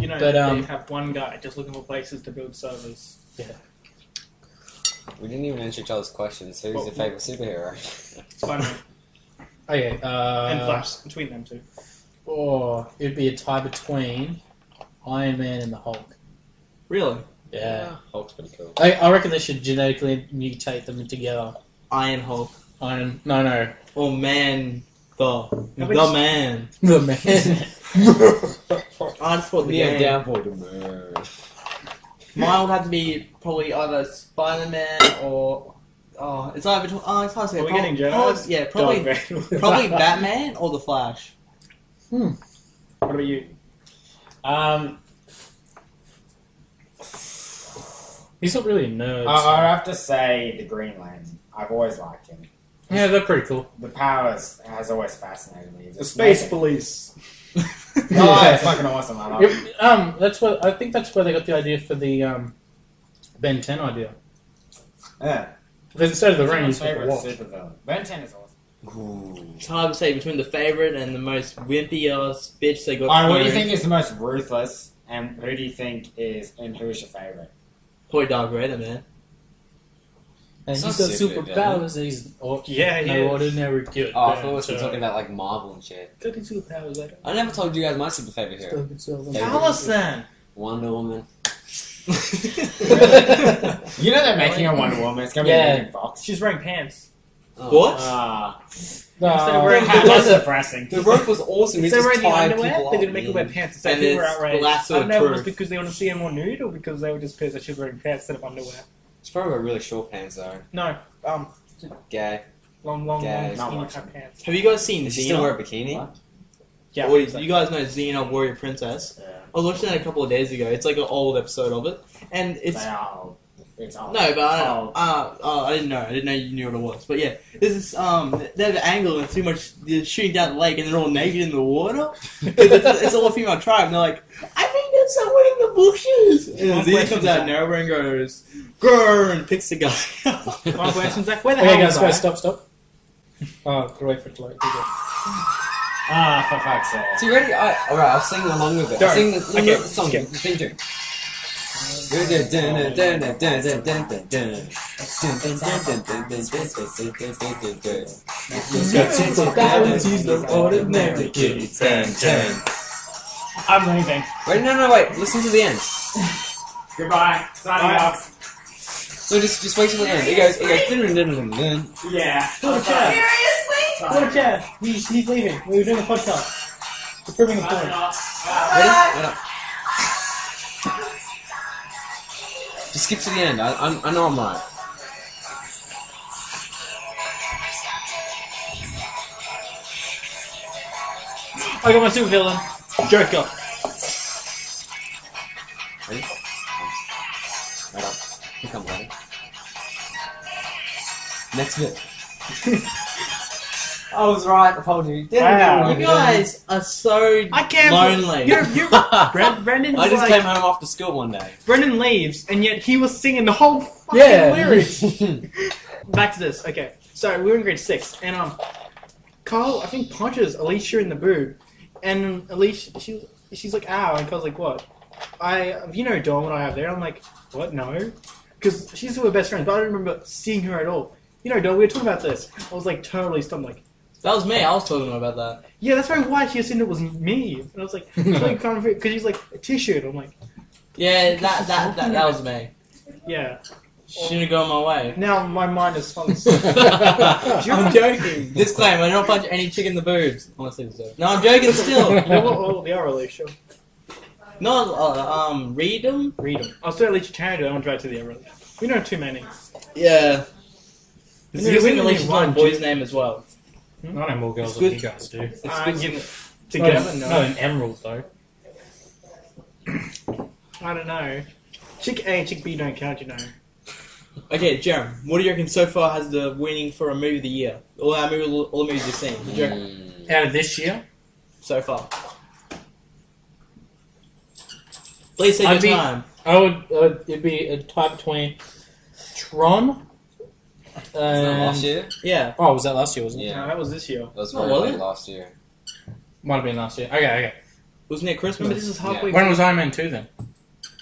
Speaker 3: You know,
Speaker 2: But, um,
Speaker 3: they have one guy just looking for places to build servers.
Speaker 5: We didn't even answer each other's questions. Who's
Speaker 3: Well,
Speaker 5: your favorite superhero? *laughs*
Speaker 3: Spider-Man
Speaker 2: Okay, uh,
Speaker 3: and Flash between them two.
Speaker 2: Or it'd be a tie between Iron Man and the Hulk.
Speaker 1: Really?
Speaker 2: Yeah,
Speaker 5: Hulk's pretty *laughs* cool.
Speaker 2: I, I reckon they should genetically mutate them together.
Speaker 1: Iron Hulk.
Speaker 2: Iron, no, no, *laughs*
Speaker 1: Or man. The,
Speaker 3: No,
Speaker 1: the
Speaker 3: but it's-
Speaker 1: man.
Speaker 2: the man.
Speaker 1: I just thought the
Speaker 5: Yeah,
Speaker 1: game.
Speaker 5: down for the man.
Speaker 1: Mine would have to be probably either Spider Man or oh, it's either between, oh, it's hard to say.
Speaker 3: Are we
Speaker 1: Prob-
Speaker 3: getting generous?
Speaker 1: prob- yeah, probably
Speaker 3: Dog man.
Speaker 2: *laughs*
Speaker 1: probably Batman or the Flash.
Speaker 3: *laughs*
Speaker 1: *laughs*
Speaker 3: What about you?
Speaker 4: Um,
Speaker 2: He's not really a nerd.
Speaker 4: I-
Speaker 2: so-
Speaker 4: I'd have to say the Green Lantern. I've always liked him.
Speaker 2: yeah, they're pretty cool.
Speaker 4: The powers has always fascinated me. Just
Speaker 3: The space
Speaker 4: amazing.
Speaker 3: police.
Speaker 4: No,
Speaker 2: Yeah.
Speaker 4: it's fucking awesome. I love it.
Speaker 2: Yep, um, that's what I think. That's where they got the idea for the um, Ben Ten idea.
Speaker 4: Yeah.
Speaker 2: Because instead of the
Speaker 4: He's
Speaker 2: ring,
Speaker 4: my
Speaker 2: he's got the
Speaker 4: favorite
Speaker 2: watch.
Speaker 4: supervillain. Ben 10 is awesome.
Speaker 1: It's hard to say between the favorite and the most wimpy ass bitch they got.
Speaker 4: Alright, what do you
Speaker 1: through.
Speaker 4: think is the most ruthless, and who do you think is, and who is your favorite?
Speaker 1: Probably Dark Vader, man.
Speaker 2: And
Speaker 5: It's
Speaker 2: he's
Speaker 5: not
Speaker 2: got
Speaker 5: super
Speaker 2: superpowers. and He's or,
Speaker 3: Yeah, he
Speaker 2: no
Speaker 3: is.
Speaker 2: ordinary good.
Speaker 5: Oh, I
Speaker 2: man,
Speaker 5: thought we were
Speaker 2: so-
Speaker 5: talking about like Marvel and shit.
Speaker 3: Good superpowers later.
Speaker 5: I never told you guys my super favorite hero.
Speaker 3: Tell us then. *laughs*
Speaker 5: Wonder Woman.
Speaker 4: You know they're making a Wonder Woman. It's gonna be
Speaker 2: Yeah.
Speaker 4: Megan Fox.
Speaker 3: She's wearing pants.
Speaker 5: Oh.
Speaker 1: What?
Speaker 4: Ah,
Speaker 3: Instead of
Speaker 2: No.
Speaker 3: wearing
Speaker 4: that's
Speaker 3: hats,
Speaker 4: depressing.
Speaker 5: The rope was awesome. He
Speaker 3: instead of wearing
Speaker 5: just
Speaker 3: the
Speaker 5: tied
Speaker 3: underwear,
Speaker 5: people
Speaker 3: they're
Speaker 5: up.
Speaker 3: gonna make her wear
Speaker 5: man.
Speaker 3: pants. So
Speaker 1: And
Speaker 3: people were
Speaker 1: it's
Speaker 3: outraged. I
Speaker 1: lasso
Speaker 3: don't know if it was
Speaker 1: proof.
Speaker 3: because they want to see her more nude or because they were just pissed that she was wearing pants instead of underwear.
Speaker 5: She's probably wearing really short pants though.
Speaker 3: No, um,
Speaker 5: Gay.
Speaker 3: long, long,
Speaker 5: Guys,
Speaker 4: not
Speaker 3: long, long
Speaker 4: watching.
Speaker 3: cut pants.
Speaker 1: Have you guys seen
Speaker 5: Does she still
Speaker 1: Xena?
Speaker 5: wear a bikini?
Speaker 4: What?
Speaker 3: Yeah,
Speaker 1: Or you guys know Xena Warrior Princess?
Speaker 4: Yeah.
Speaker 1: I was watching that a couple of days ago. It's like an old episode of it, and it's
Speaker 4: They are old. It's old.
Speaker 1: No, but I don't
Speaker 4: Oh.
Speaker 1: uh, oh, I didn't know. I didn't know you knew what it was. But yeah, this is um, they have an angle and it's pretty much they're shooting down the lake and they're all naked in the water. *laughs* it's,
Speaker 5: *laughs*
Speaker 1: it's all a female tribe. And they're like, I think there's someone in the bushes. And Zeta comes out of nowhere and goes, "Grr," and picks the guy. up.
Speaker 3: My
Speaker 5: *laughs*
Speaker 3: question's like, where the
Speaker 2: Okay,
Speaker 3: hell
Speaker 2: guys,
Speaker 3: was
Speaker 2: guys,
Speaker 3: I?
Speaker 2: stop, stop. Oh, good wait for it to load.
Speaker 4: Ah, for fuck's sake.
Speaker 5: So you ready? I, all right, I'll sing along with it.
Speaker 3: Don't.
Speaker 5: I'll sing the, no,
Speaker 3: Okay,
Speaker 5: no, the song.
Speaker 3: skip.
Speaker 5: Sing to it.
Speaker 4: I'm leaving.
Speaker 5: Wait, no, no, wait. Listen to the end.
Speaker 4: Goodbye. Signing
Speaker 3: Bye.
Speaker 4: off.
Speaker 5: No, just, just wait till the end. It goes, it goes. dun, dun, dun.
Speaker 4: Yeah.
Speaker 3: Go to
Speaker 4: Signing
Speaker 3: Chad.
Speaker 4: off.
Speaker 3: Go to Chad. He's, he's leaving. We were doing a podcast. We're proving a
Speaker 4: Signing
Speaker 3: point.
Speaker 4: off.
Speaker 5: Ready? Wait up. Just skip to the end. I, I, I know I'm right.
Speaker 3: I got my super villain. Joker.
Speaker 5: Ready? Right up. Here comes ready. Next bit. *laughs* I was right. I told you.
Speaker 4: Wow.
Speaker 1: *laughs* you
Speaker 5: *laughs*
Speaker 1: guys are so
Speaker 3: I can't.
Speaker 1: lonely.
Speaker 3: You're, you're, Bren- Brendan's
Speaker 5: I just
Speaker 3: like,
Speaker 5: came home after school
Speaker 2: *laughs*
Speaker 5: one day.
Speaker 3: Brendan leaves, and yet he was singing the whole fucking
Speaker 2: Yeah.
Speaker 3: lyrics. Back to this. Okay, so we were in grade six, and um, Carl I think punches Alicia in the boob, and Alicia she she's like ow, and Carl's like what? I you know Dawn what I have there. I'm like what no, because she's her best friend, but I don't remember seeing her at all. You know, Dol, we were talking about this. I was like totally stunned. Like,
Speaker 1: That was me. I was talking about that.
Speaker 3: yeah, that's probably why she assumed it was me. And I was like, because he's like a tissue. And I'm like,
Speaker 1: Yeah, that that that, that was me.
Speaker 3: yeah.
Speaker 1: Shouldn't have gone my way.
Speaker 3: Now my mind
Speaker 1: *laughs*
Speaker 3: is full.
Speaker 6: *laughs*
Speaker 2: *laughs*
Speaker 1: I'm joking. Disclaimer: I don't punch any chick in the boobs. Honestly, so. no, I'm joking
Speaker 3: *laughs* You know
Speaker 1: still.
Speaker 3: what? Oh, they are relational.
Speaker 1: No, uh, um, read them.
Speaker 3: Read them. I'll certainly try to. I won't try to the other. We know too many.
Speaker 1: Yeah. It's
Speaker 3: We
Speaker 1: good
Speaker 3: only
Speaker 1: relation to
Speaker 3: one,
Speaker 1: my boy's name as well.
Speaker 6: I know more girls
Speaker 1: It's
Speaker 6: than
Speaker 1: good.
Speaker 6: you guys do.
Speaker 1: It's
Speaker 3: Uh,
Speaker 1: good.
Speaker 3: give-
Speaker 6: Not
Speaker 3: together,
Speaker 6: in,
Speaker 3: no.
Speaker 6: not in Emerald though.
Speaker 3: I don't know. Chick A and Chick B don't count, you know.
Speaker 1: Okay, Jerem, what do you reckon so far has the winning for a movie of the year? All our movie, all the movies you've seen. What do you reckon
Speaker 5: Mm.
Speaker 2: Out of this year,
Speaker 1: so far? Please take
Speaker 2: I'd
Speaker 1: your
Speaker 2: be-
Speaker 1: time.
Speaker 2: I would. Uh, it'd be a tie between Tron.
Speaker 5: Was that last
Speaker 2: And,
Speaker 5: year?
Speaker 1: Yeah.
Speaker 2: oh, was that last year? Wasn't it?
Speaker 5: Mm. Yeah,
Speaker 3: No, that was this year.
Speaker 5: that was
Speaker 1: No,
Speaker 5: very
Speaker 1: was
Speaker 5: late
Speaker 1: it?
Speaker 5: last year.
Speaker 2: Might have been last year. Okay, okay.
Speaker 1: Wasn't it
Speaker 3: Remember,
Speaker 1: Christmas?
Speaker 3: this is halfway.
Speaker 2: When was Iron Man two then?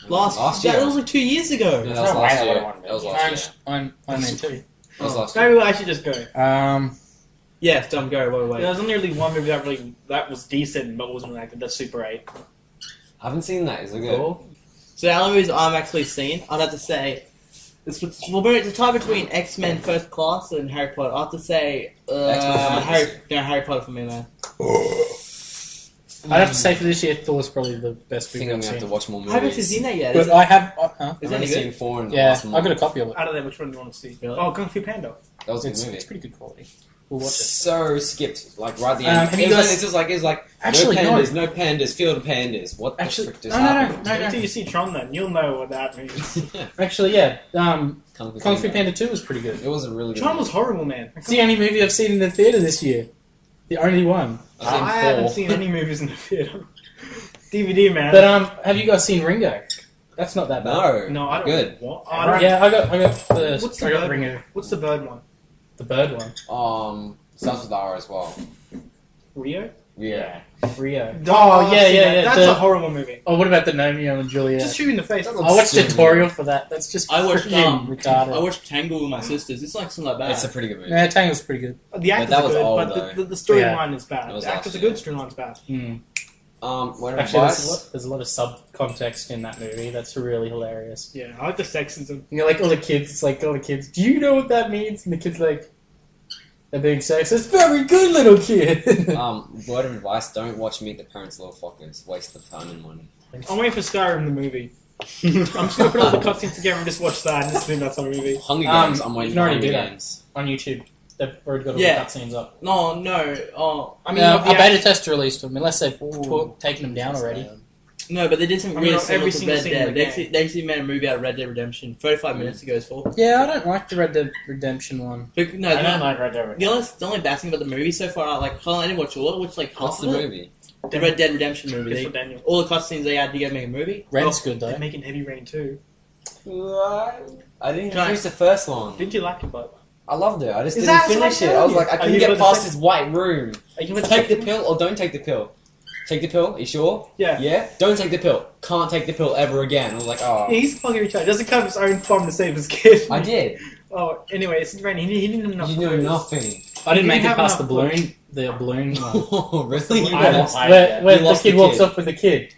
Speaker 1: Last,
Speaker 5: last
Speaker 1: that-
Speaker 5: year.
Speaker 1: That was like two years ago.
Speaker 5: Yeah,
Speaker 4: There's
Speaker 5: that was
Speaker 4: no way
Speaker 5: last
Speaker 4: I
Speaker 5: year.
Speaker 4: would've won
Speaker 5: That was
Speaker 4: it.
Speaker 2: Iron,
Speaker 5: last year.
Speaker 2: Iron, Iron Man two.
Speaker 5: That was last year.
Speaker 3: Maybe I should just go.
Speaker 2: Um,
Speaker 1: Yeah, dumb go. Wait, wait.
Speaker 3: There was only really one movie that really that was decent, but wasn't really acted. That's Super Eight.
Speaker 5: I haven't seen that. Is it good?
Speaker 2: cool.
Speaker 1: So the only movies I'm actually seen, I'd have to say, it's, it's, well, it's a tie between X Men First Class and Harry Potter. I have to say, uh,
Speaker 5: X-Men.
Speaker 1: Harry, no, Harry Potter for me, man.
Speaker 2: I'd have to say for this year, Thor's probably the best
Speaker 5: I Mm. think
Speaker 2: movie
Speaker 5: I'm
Speaker 2: I've
Speaker 5: gonna have to
Speaker 2: seen.
Speaker 5: watch
Speaker 1: I
Speaker 5: more movies.
Speaker 1: haven't actually seen that yet. Is
Speaker 2: But
Speaker 1: it,
Speaker 2: I have. Uh, huh?
Speaker 1: is
Speaker 5: I've
Speaker 1: it
Speaker 5: only
Speaker 1: any good?
Speaker 5: seen four in the
Speaker 2: Yeah,
Speaker 5: last
Speaker 2: I
Speaker 5: month.
Speaker 2: got a copy of it.
Speaker 3: Out of there, which one do you want to see?
Speaker 1: Really?
Speaker 3: Oh, Kung Fu Panda.
Speaker 5: That was a
Speaker 2: It's,
Speaker 5: good
Speaker 2: it's
Speaker 5: movie.
Speaker 2: pretty good quality. We'll watch it.
Speaker 5: So skipped, like right at the
Speaker 2: Um,
Speaker 5: end.
Speaker 2: have
Speaker 5: it,
Speaker 2: you
Speaker 5: was
Speaker 2: guys-
Speaker 5: like, it's just like it's like
Speaker 2: Actually,
Speaker 5: no
Speaker 2: no.
Speaker 5: pandas, no. pandas, field of pandas. What the
Speaker 2: Actually-
Speaker 5: frick just
Speaker 2: no, no, no,
Speaker 5: happened?
Speaker 2: no,
Speaker 3: Wait till you see Tron, then you'll know what that means.
Speaker 2: Actually, yeah. Um,
Speaker 5: Kung Fu
Speaker 2: Kung Fu
Speaker 5: Panda.
Speaker 2: Panda two was pretty good.
Speaker 5: It was a *laughs* really good.
Speaker 3: Tron
Speaker 5: movie.
Speaker 3: was horrible, man.
Speaker 2: It's the only movie I've seen in the theater this year. The only one.
Speaker 5: I've seen
Speaker 3: I haven't
Speaker 5: four.
Speaker 3: seen any movies in the theater. *laughs* DVD, man.
Speaker 2: But um, have you guys seen Ringo? That's not that bad.
Speaker 5: No,
Speaker 3: no, I don't.
Speaker 5: um, good.
Speaker 3: What? I don't,
Speaker 2: Yeah, I got I got the,
Speaker 3: What's
Speaker 2: I
Speaker 3: the
Speaker 2: got
Speaker 3: bird?
Speaker 2: Ringo,
Speaker 3: What's the bird one?
Speaker 2: the bird one.
Speaker 5: Um, starts with R as well.
Speaker 3: Rio.
Speaker 5: Yeah,
Speaker 2: Rio. yeah,
Speaker 3: I've seen
Speaker 2: yeah,
Speaker 3: that.
Speaker 2: yeah,
Speaker 3: That's
Speaker 2: the-
Speaker 3: a horrible movie.
Speaker 2: Oh, what about the Romeo and Juliet?
Speaker 3: Just shoot me in the face. That's a-
Speaker 2: I watched a
Speaker 5: stupid.
Speaker 2: tutorial for that. That's just
Speaker 1: I watched,
Speaker 2: freaking
Speaker 1: um,
Speaker 2: retarded.
Speaker 1: I watched Tangle with my sisters. It's like something like that.
Speaker 5: it's a pretty good movie.
Speaker 2: Nah, Tangle's pretty good.
Speaker 3: The actors
Speaker 5: But that
Speaker 3: are
Speaker 5: was
Speaker 3: good,
Speaker 5: old,
Speaker 3: but the,
Speaker 5: though.
Speaker 3: the, the storyline is
Speaker 5: That
Speaker 3: bad.
Speaker 5: was
Speaker 3: The actors are
Speaker 5: last
Speaker 3: good,
Speaker 5: year.
Speaker 3: storyline's bad.
Speaker 5: Hmm. Um, when
Speaker 2: Actually, there's a,
Speaker 5: Vice-
Speaker 2: lot, there's a lot of subcontext in that movie. That's really hilarious.
Speaker 3: Yeah, I like the sexism.
Speaker 2: You know, like all the kids, it's like all the kids. Do you know what that means? And the kids like, they're being sexist. Very good little kid. *laughs*
Speaker 5: um, word of advice: don't watch Meet the Parents, little fuckers. Waste of time and money.
Speaker 3: I'm waiting for Skyrim the movie. I'm just gonna put all the cutscenes together and just watch that and just think that's a movie.
Speaker 5: Hunger
Speaker 2: Um,
Speaker 5: Games. I'm
Speaker 2: you
Speaker 5: waiting
Speaker 2: can
Speaker 5: for
Speaker 2: already
Speaker 5: Hunger
Speaker 2: do that.
Speaker 5: Games.
Speaker 2: On YouTube, they've already got all
Speaker 1: Yeah.
Speaker 2: the cutscenes up.
Speaker 1: no, no. Oh,
Speaker 2: I mean,
Speaker 3: Yeah,
Speaker 2: a
Speaker 3: yeah.
Speaker 2: beta test released them, unless they've
Speaker 1: Ooh.
Speaker 2: t- taken them down already.
Speaker 1: no, but they did something
Speaker 3: I mean,
Speaker 1: really
Speaker 3: not
Speaker 1: similar
Speaker 3: every
Speaker 1: to
Speaker 3: single
Speaker 1: Red
Speaker 3: scene in
Speaker 1: Dead.
Speaker 3: the
Speaker 1: They
Speaker 3: game. Hmm.
Speaker 1: actually, they actually made a movie out of Red Dead Redemption. Thirty-five minutes ago, it's for.
Speaker 2: Yeah, I don't like the Red Dead Redemption one.
Speaker 1: But no,
Speaker 4: I
Speaker 1: the,
Speaker 4: don't like Red
Speaker 1: *laughs*
Speaker 4: Dead
Speaker 1: the
Speaker 4: Redemption.
Speaker 1: only the only bad thing about the movie so far, I like, hold on, I didn't watch all. I watched like half
Speaker 5: What's the
Speaker 1: of it.
Speaker 5: movie?
Speaker 1: The Red Dead Redemption movie.
Speaker 3: Good for
Speaker 1: They,
Speaker 3: Daniel.
Speaker 1: all the cutscenes they had to get make a movie.
Speaker 2: Red's good
Speaker 3: They're
Speaker 2: though.
Speaker 3: making Heavy Rain too.
Speaker 5: I didn't
Speaker 1: Can I-
Speaker 5: finish the first one.
Speaker 3: Did you like it, bud?
Speaker 5: I loved it. I just
Speaker 3: Is
Speaker 5: didn't
Speaker 3: that what I'm
Speaker 5: finish it.
Speaker 3: telling
Speaker 5: I was
Speaker 3: you?
Speaker 5: like, I
Speaker 3: Are
Speaker 5: couldn't
Speaker 3: you
Speaker 5: get
Speaker 3: gonna
Speaker 5: past
Speaker 3: say-
Speaker 5: this white room.
Speaker 3: Are you gonna
Speaker 5: Take the pill or don't take the pill. Take the pill. You sure?
Speaker 3: Yeah.
Speaker 5: Yeah. Don't take the pill. Can't take the pill ever again. I was like,
Speaker 3: Yeah,
Speaker 5: oh,
Speaker 3: he's fucking retarded. Doesn't cut his own thumb to save his kid.
Speaker 5: I did.
Speaker 3: *laughs* Oh, anyway, it's raining. He, he didn't enough.
Speaker 5: You knew
Speaker 3: clues.
Speaker 5: nothing.
Speaker 2: I didn't
Speaker 3: You
Speaker 2: make it
Speaker 3: have
Speaker 2: past the
Speaker 3: enough
Speaker 2: balloon. The *laughs* balloon one.
Speaker 5: Oh, *laughs* really?
Speaker 4: You
Speaker 2: Where,
Speaker 4: got
Speaker 5: Yes.
Speaker 4: lost. it.
Speaker 2: where, where
Speaker 5: You
Speaker 2: the
Speaker 5: lost
Speaker 2: kid
Speaker 5: the
Speaker 2: walks
Speaker 5: kid.
Speaker 2: off with the kid,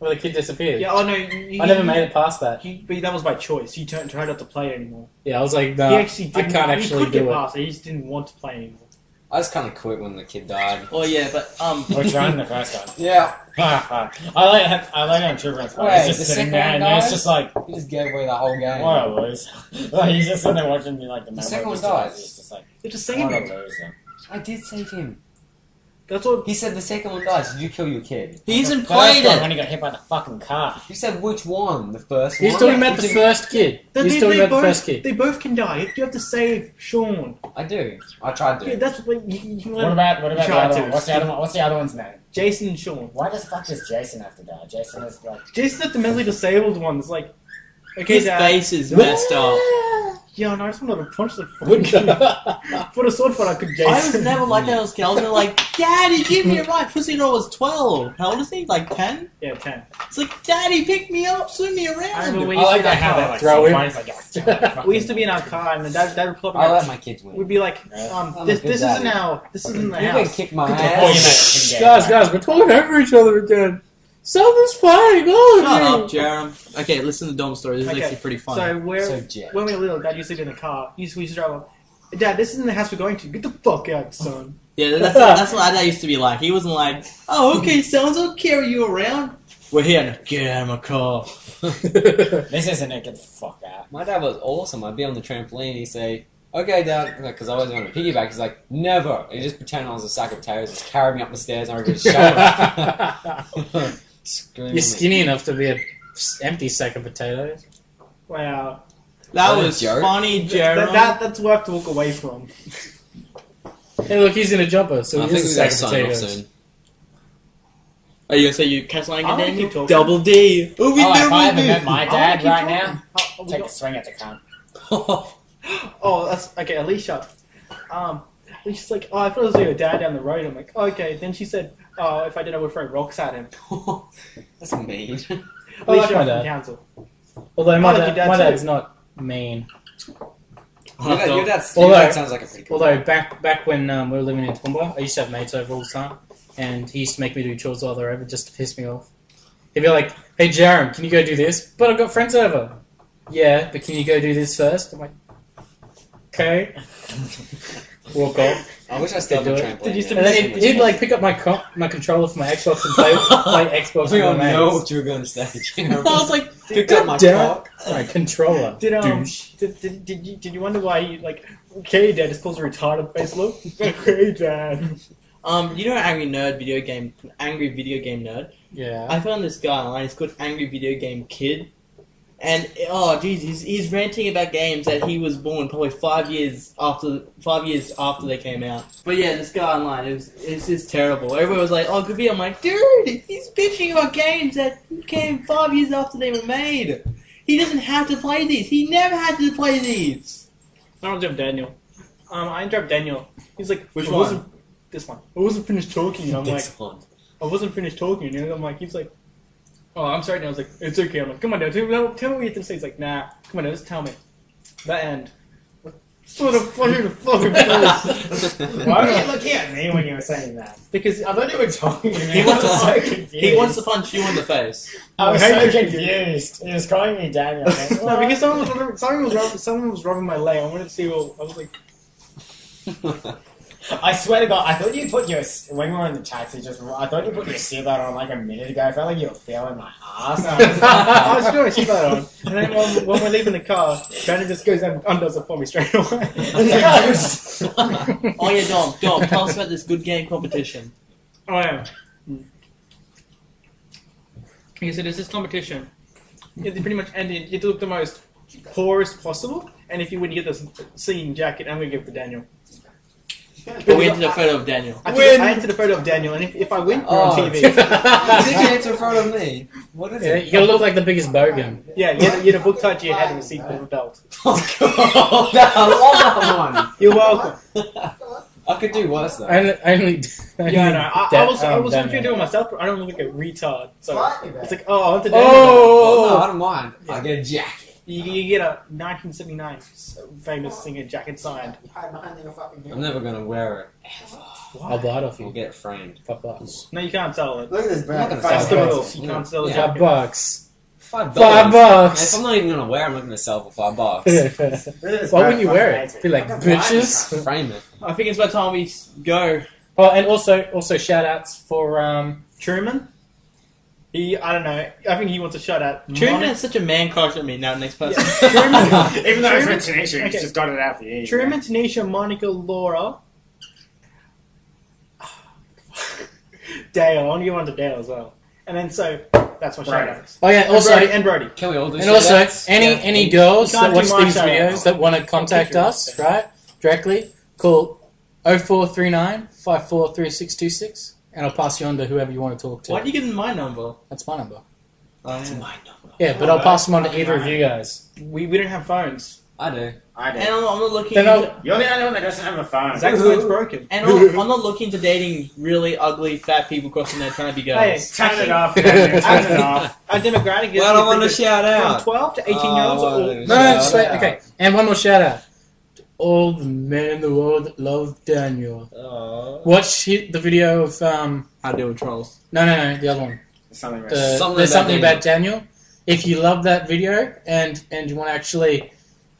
Speaker 2: where the kid disappears.
Speaker 3: Yeah, oh no. You,
Speaker 2: I never made it past that.
Speaker 3: You, but that was by choice. You turned, tried not to play anymore.
Speaker 2: Yeah, I was like, no,
Speaker 3: he
Speaker 2: I
Speaker 3: actually didn't,
Speaker 2: can't
Speaker 3: he
Speaker 2: actually
Speaker 3: could get
Speaker 2: do it.
Speaker 3: past it. He just didn't want to play anymore.
Speaker 5: I just kind of quit when the kid died.
Speaker 1: Oh yeah, but um,
Speaker 4: Which one? The first one. Ah,
Speaker 5: Yeah.
Speaker 4: I like I like on True Prince.
Speaker 5: Wait,
Speaker 4: He's
Speaker 5: the
Speaker 4: just sitting
Speaker 5: second
Speaker 4: there,
Speaker 5: one
Speaker 4: and it's
Speaker 5: dies?
Speaker 4: just like
Speaker 5: He just gave away the whole game.
Speaker 4: what a loser. *laughs* like he's just sitting there watching me like the,
Speaker 5: The second one
Speaker 4: Melrose Place,
Speaker 5: dies.
Speaker 4: He's just like
Speaker 3: They're just
Speaker 4: what a
Speaker 3: saying it.
Speaker 4: loser.
Speaker 5: I did save him.
Speaker 3: That's what.
Speaker 5: He said the second one dies. Did you kill your kid?
Speaker 1: he
Speaker 4: The
Speaker 1: hasn't
Speaker 4: first
Speaker 1: played
Speaker 4: one
Speaker 1: it.
Speaker 4: When he got hit by the fucking car.
Speaker 5: You said which one? The first
Speaker 2: He's
Speaker 5: one.
Speaker 2: talking about the
Speaker 5: You
Speaker 2: first kid.
Speaker 3: They,
Speaker 2: He's
Speaker 3: they-
Speaker 2: talking
Speaker 3: they
Speaker 2: about the
Speaker 3: both,
Speaker 2: first kid.
Speaker 3: They both can die. You have to save Sean.
Speaker 5: didn't- I do. I tried to.
Speaker 3: Yeah, that's what you, you can
Speaker 4: What
Speaker 3: let
Speaker 4: about what about the
Speaker 3: Try
Speaker 4: other
Speaker 3: to.
Speaker 4: one? What's the other one? What's the other one's name?
Speaker 3: Jason and Sean.
Speaker 4: Why does fuck does Jason have to die? Jason is like
Speaker 3: Jason's the mentally disabled one. It's like, okay,
Speaker 1: His
Speaker 3: Dad.
Speaker 1: face is messed up.
Speaker 3: Yeah, no, I just want to punch the
Speaker 2: Wouldn't
Speaker 3: Put a sword fight, I could Jason.
Speaker 1: I was never like that as a kid. I was never like, Daddy, give me a ride. Pussy Roll was 12. How old is he? Like 10?
Speaker 3: *laughs* Yeah, ten.
Speaker 1: It's like, Daddy, pick me up, swim me around.
Speaker 3: I remember we
Speaker 4: I
Speaker 3: used to
Speaker 4: like
Speaker 3: be in our
Speaker 4: that how
Speaker 3: car.
Speaker 4: they like
Speaker 2: Throw
Speaker 4: throw
Speaker 2: him.
Speaker 4: him. *laughs*
Speaker 3: We used to be in our car, and the dad, dad would pull up.
Speaker 5: I
Speaker 3: and
Speaker 5: let my kids win.
Speaker 3: We'd be like,
Speaker 4: Yeah.
Speaker 5: I'm
Speaker 3: um,
Speaker 5: a
Speaker 3: this,
Speaker 5: good
Speaker 3: this isn't
Speaker 5: daddy.
Speaker 3: our, this isn't the
Speaker 5: You can
Speaker 3: house.
Speaker 5: kick my
Speaker 4: Oh, you
Speaker 5: ass.
Speaker 4: know,
Speaker 2: guys, guys, we're talking over each other again. Someone's fighting all
Speaker 1: Shut
Speaker 2: of
Speaker 1: up,
Speaker 2: you.
Speaker 1: Jerem. Okay, listen to Dom's story. This is
Speaker 3: Okay,
Speaker 1: actually pretty fun.
Speaker 3: So where,
Speaker 5: So jet.
Speaker 3: when we were little, dad used to be in the car. He used to, we used to drive up. Dad, this isn't the house we're going to. Get the fuck out, son.
Speaker 1: yeah, that's, that's what I used to be like. He wasn't like, oh, okay, sounds will carry you around. We're here. Now. Get out of my car.
Speaker 4: This isn't a good fuck out.
Speaker 5: My dad was awesome. I'd be on the trampoline. He'd say, "Okay, dad," because I always wanted a piggyback. He's like, "Never." He just pretend I was a sack of potatoes. Just carried me up the stairs. and I was shoulder.
Speaker 2: *laughs* *laughs*
Speaker 5: Screaming.
Speaker 2: You're skinny enough to be an empty sack of potatoes.
Speaker 3: Wow,
Speaker 1: That
Speaker 5: What a
Speaker 1: was
Speaker 5: joke.
Speaker 1: funny,
Speaker 3: that,
Speaker 1: Jerem.
Speaker 3: that- that's worth to walk away from.
Speaker 2: Hey, look, he's in a jumper, so
Speaker 5: I
Speaker 2: he
Speaker 5: think
Speaker 2: is
Speaker 5: we
Speaker 2: a sack of
Speaker 5: got signed off
Speaker 2: potatoes.
Speaker 5: soon.
Speaker 1: Are you going to say you Catalan
Speaker 3: I'm gonna
Speaker 1: name?
Speaker 3: keep talking.
Speaker 1: Double D. Ooh, we
Speaker 4: oh, if I haven't
Speaker 1: do. *laughs*
Speaker 4: met my
Speaker 3: I
Speaker 4: dad
Speaker 3: wanna
Speaker 4: right
Speaker 3: keep
Speaker 4: now,
Speaker 3: talking. Oh, we
Speaker 4: take a
Speaker 3: got-
Speaker 4: swing at the cunt.
Speaker 3: oh, that's okay. Alicia, um, she's like, oh, I thought it was your dad down the road. I'm like, okay. Then she said, oh, if I did, I would throw rocks at him.
Speaker 5: *laughs* That's mean.
Speaker 2: *laughs* I like
Speaker 3: Alicia
Speaker 2: my
Speaker 3: from
Speaker 2: dad.
Speaker 3: Townsville.
Speaker 2: Although my,
Speaker 3: I like
Speaker 2: dad,
Speaker 3: your dad
Speaker 2: my
Speaker 3: too.
Speaker 2: dad's not mean.
Speaker 5: Your dad, your dad's- your
Speaker 2: Although-
Speaker 5: dad sounds like a pretty cool.
Speaker 2: Although back back when um, we were living in Toowoomba, I used to have mates over all the time, and he used to make me do chores while they're over just to piss me off. He'd be like, "Hey, Jerem, can you go do this?" But I've got friends over. Yeah, but can you go do this first? I'm like, "Okay." Walk off,
Speaker 5: I wish I stayed on the
Speaker 2: Did
Speaker 5: trampoline.
Speaker 3: you still-
Speaker 5: now.
Speaker 2: and then he'd, he'd like pick up my co- my controller for my Xbox and play, play Xbox
Speaker 5: We
Speaker 2: with my
Speaker 5: all know
Speaker 2: mates.
Speaker 5: what you were going to say. *laughs*
Speaker 2: I was like,
Speaker 5: Pick
Speaker 2: "God
Speaker 5: up my
Speaker 2: damn it."
Speaker 5: cock.
Speaker 2: my controller.
Speaker 3: Did um,
Speaker 2: douche.
Speaker 3: did, did, did you did you wonder why he like, okay, dad just pulls a retarded face *laughs* look. okay, dad.
Speaker 1: Um, you know, angry nerd video game, angry video game nerd.
Speaker 2: Yeah.
Speaker 1: I found this guy online. He's called Angry Video Game Kid, and oh jeez, he's, he's ranting about games that he was born probably five years after five years after they came out. But yeah, this guy online, it was it's just terrible. Everyone was like, "Oh, good be." I'm like, dude, he's bitching about games that came five years after they were made. He doesn't have to play these. He never had to play these.
Speaker 3: I don't jump Daniel. Um, I interrupt Daniel. He's like,
Speaker 1: Which
Speaker 3: I
Speaker 1: one?
Speaker 3: Wasn't, this one. I wasn't finished talking. and I'm like,
Speaker 5: Dicks on.
Speaker 3: I wasn't finished talking, and I'm like, he's like, oh, I'm sorry. And I was like, it's okay. I'm like, come on, now, tell, me- tell me what you have to say. He's like, nah, come on, now, just tell me. That end. Sort of funny the
Speaker 1: *laughs*
Speaker 3: fucking place.
Speaker 4: *laughs* Why were you looking at me when you were saying that?
Speaker 3: Because
Speaker 4: I
Speaker 3: I'm
Speaker 4: thought you were talking to me.
Speaker 1: He wants
Speaker 4: I was so
Speaker 1: to-
Speaker 4: confused.
Speaker 1: He wants to punch you in the face.
Speaker 4: I was
Speaker 3: I
Speaker 4: so
Speaker 3: hate you.
Speaker 4: confused. He was calling me Daniel. I'm like,
Speaker 3: no, because
Speaker 4: what?
Speaker 3: someone was rubbing, someone was rubbing, someone was rubbing my leg. I wanted to see what I was like.
Speaker 5: *laughs*
Speaker 4: I swear to God, I thought you put your when we were in the taxi. Just I thought you put your seatbelt on like a minute ago. I felt like you were feeling my ass. *laughs* I was
Speaker 3: I *laughs*
Speaker 4: like,
Speaker 3: was "Oh, doing a seatbelt on, and then when, when we're leaving the car, Brandon just goes and undoes it for me straight away.
Speaker 4: *laughs*
Speaker 3: *laughs*
Speaker 1: Oh yeah, Dom, Dom, tell us about this good game competition.
Speaker 3: I am. Okay, so there's
Speaker 2: *laughs*
Speaker 3: this competition. You have to pretty much end it. You have to look the most poorest possible, and if you win, you get this singing jacket. I'm gonna give it to Daniel.
Speaker 1: But we entered a photo of Daniel.
Speaker 3: I,
Speaker 2: Win.
Speaker 3: I entered a photo of Daniel, and if, if I win, you're
Speaker 5: Oh.
Speaker 3: on TV.
Speaker 5: Did *laughs* you answer in front of me? What is
Speaker 2: yeah,
Speaker 5: it?
Speaker 2: you gotta look like the biggest bogan.
Speaker 3: Yeah, you had, you had a book tied to your head and a seat with a belt.
Speaker 5: *laughs* Oh, God. *laughs* I love that
Speaker 3: You're welcome.
Speaker 5: one. I could do worse, though.
Speaker 2: I only, I only
Speaker 3: Yeah, no, I, I
Speaker 2: That-
Speaker 3: was I
Speaker 2: um,
Speaker 3: was going to
Speaker 2: Daniel.
Speaker 3: do it myself, but I don't look like a retard. So
Speaker 4: Fuck you, man.
Speaker 3: it's like, oh, I want to Daniel.
Speaker 5: Oh, *laughs* no,
Speaker 2: *laughs* Oh,
Speaker 5: I don't mind. I get a jacket.
Speaker 3: You, you get a 1979 famous singer jacket signed.
Speaker 4: Hide behind your fucking
Speaker 5: I'm never gonna wear it.
Speaker 2: I'll buy it off
Speaker 5: We'll
Speaker 2: you.
Speaker 5: get framed.
Speaker 2: Five bucks.
Speaker 3: No, you can't sell it.
Speaker 4: Look at this
Speaker 5: brand.
Speaker 4: brand.
Speaker 3: That's
Speaker 2: Five
Speaker 3: the rule.
Speaker 2: bucks.
Speaker 3: You can't sell a
Speaker 5: Yeah.
Speaker 3: jacket.
Speaker 2: Five bucks.
Speaker 5: Five
Speaker 2: Five
Speaker 5: dollars.
Speaker 2: bucks.
Speaker 5: If I'm not even gonna wear, it, I'm not gonna sell for five bucks.
Speaker 2: Why wouldn't you wear it? Be like bitches.
Speaker 5: Frame it.
Speaker 1: I think it's about time we s- go.
Speaker 2: *laughs* Oh, and also also shout outs for um.
Speaker 3: Truman. He, I don't know. I think he wants a shot at
Speaker 1: Truman
Speaker 3: Monica-
Speaker 1: has such a man crush on me. Now, next person.
Speaker 3: Yeah, Truman,
Speaker 4: Even though it's
Speaker 3: Truman-
Speaker 4: with Tanisha,
Speaker 3: Okay.
Speaker 4: he's just dotted it out for you.
Speaker 3: Truman, Tanisha, Monica, Laura, Dale. I want to give one to Dale as well. And then so that's my shout
Speaker 4: Right.
Speaker 3: outs.
Speaker 2: Oh yeah, also
Speaker 3: and Brody, and Brody.
Speaker 5: Can we all do
Speaker 2: and also
Speaker 5: shout-outs?
Speaker 2: any
Speaker 5: Yeah.
Speaker 2: any girls
Speaker 3: You can't
Speaker 2: that watch
Speaker 3: do my
Speaker 2: these
Speaker 3: shout
Speaker 2: videos
Speaker 3: out.
Speaker 2: that want to contact
Speaker 3: your
Speaker 2: us
Speaker 3: answer.
Speaker 2: right directly, call 0439 543626 and I'll pass you on to whoever you want to talk
Speaker 1: *laughs*
Speaker 2: to.
Speaker 1: Why are you giving my number?
Speaker 2: That's my number.
Speaker 1: Oh,
Speaker 5: That's
Speaker 1: yeah.
Speaker 5: my number.
Speaker 2: Yeah, but
Speaker 4: Oh,
Speaker 2: I'll pass them on to
Speaker 4: that's
Speaker 2: either of
Speaker 4: mine.
Speaker 2: you guys.
Speaker 3: We, we don't have phones.
Speaker 5: I do.
Speaker 4: I
Speaker 1: And
Speaker 4: do.
Speaker 1: I'm, I'm not looking.
Speaker 2: Then
Speaker 1: Into,
Speaker 4: You're the only one that doesn't have a phone.
Speaker 3: Zach's phone's broken.
Speaker 1: and *laughs* I'm, I'm not looking to dating really ugly fat people crossing their trying to be girls.
Speaker 4: Turn it off. Daniel, Turn it off.
Speaker 3: Our demographic is
Speaker 5: Well, I want to
Speaker 3: from
Speaker 5: shout out.
Speaker 3: 12 to 18 year olds.
Speaker 5: Oh, I
Speaker 3: are all-
Speaker 5: wanna
Speaker 2: No, no,
Speaker 5: shout
Speaker 2: just wait.
Speaker 5: out.
Speaker 2: Okay, and one more shout out. All the men in the world that love Daniel. Watch he- the video of um.
Speaker 1: How to deal with trolls.
Speaker 2: No, no, no, the other one.
Speaker 4: Something wrong.
Speaker 2: The,
Speaker 5: Something
Speaker 2: there's
Speaker 5: about
Speaker 2: something about Daniel. If you love that video and and you want to actually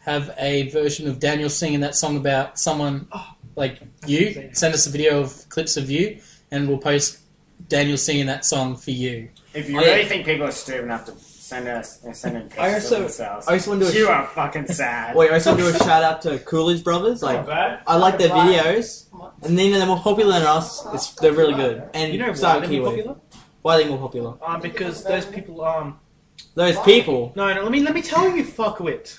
Speaker 2: have a version of Daniel singing that song about someone like you, send us a video of clips of you, and we'll post Daniel singing that song for you.
Speaker 4: If you
Speaker 1: I-
Speaker 4: really think people are stupid enough to send us send in pictures
Speaker 1: I also-
Speaker 4: of themselves,
Speaker 1: I just want to do
Speaker 4: you
Speaker 1: a,
Speaker 4: are fucking sad.
Speaker 1: wait. I just want to do a shout out to Coolidge Brothers. Like I like their videos, and then they're more popular than us. It's, they're really good. And
Speaker 3: You know
Speaker 1: so
Speaker 3: why
Speaker 1: are
Speaker 3: they're
Speaker 1: Kiwi.
Speaker 3: popular?
Speaker 1: Why are they more popular?
Speaker 3: Um, because those people, um,
Speaker 1: Those people.
Speaker 3: no, no, let me, let me tell you, fuckwit.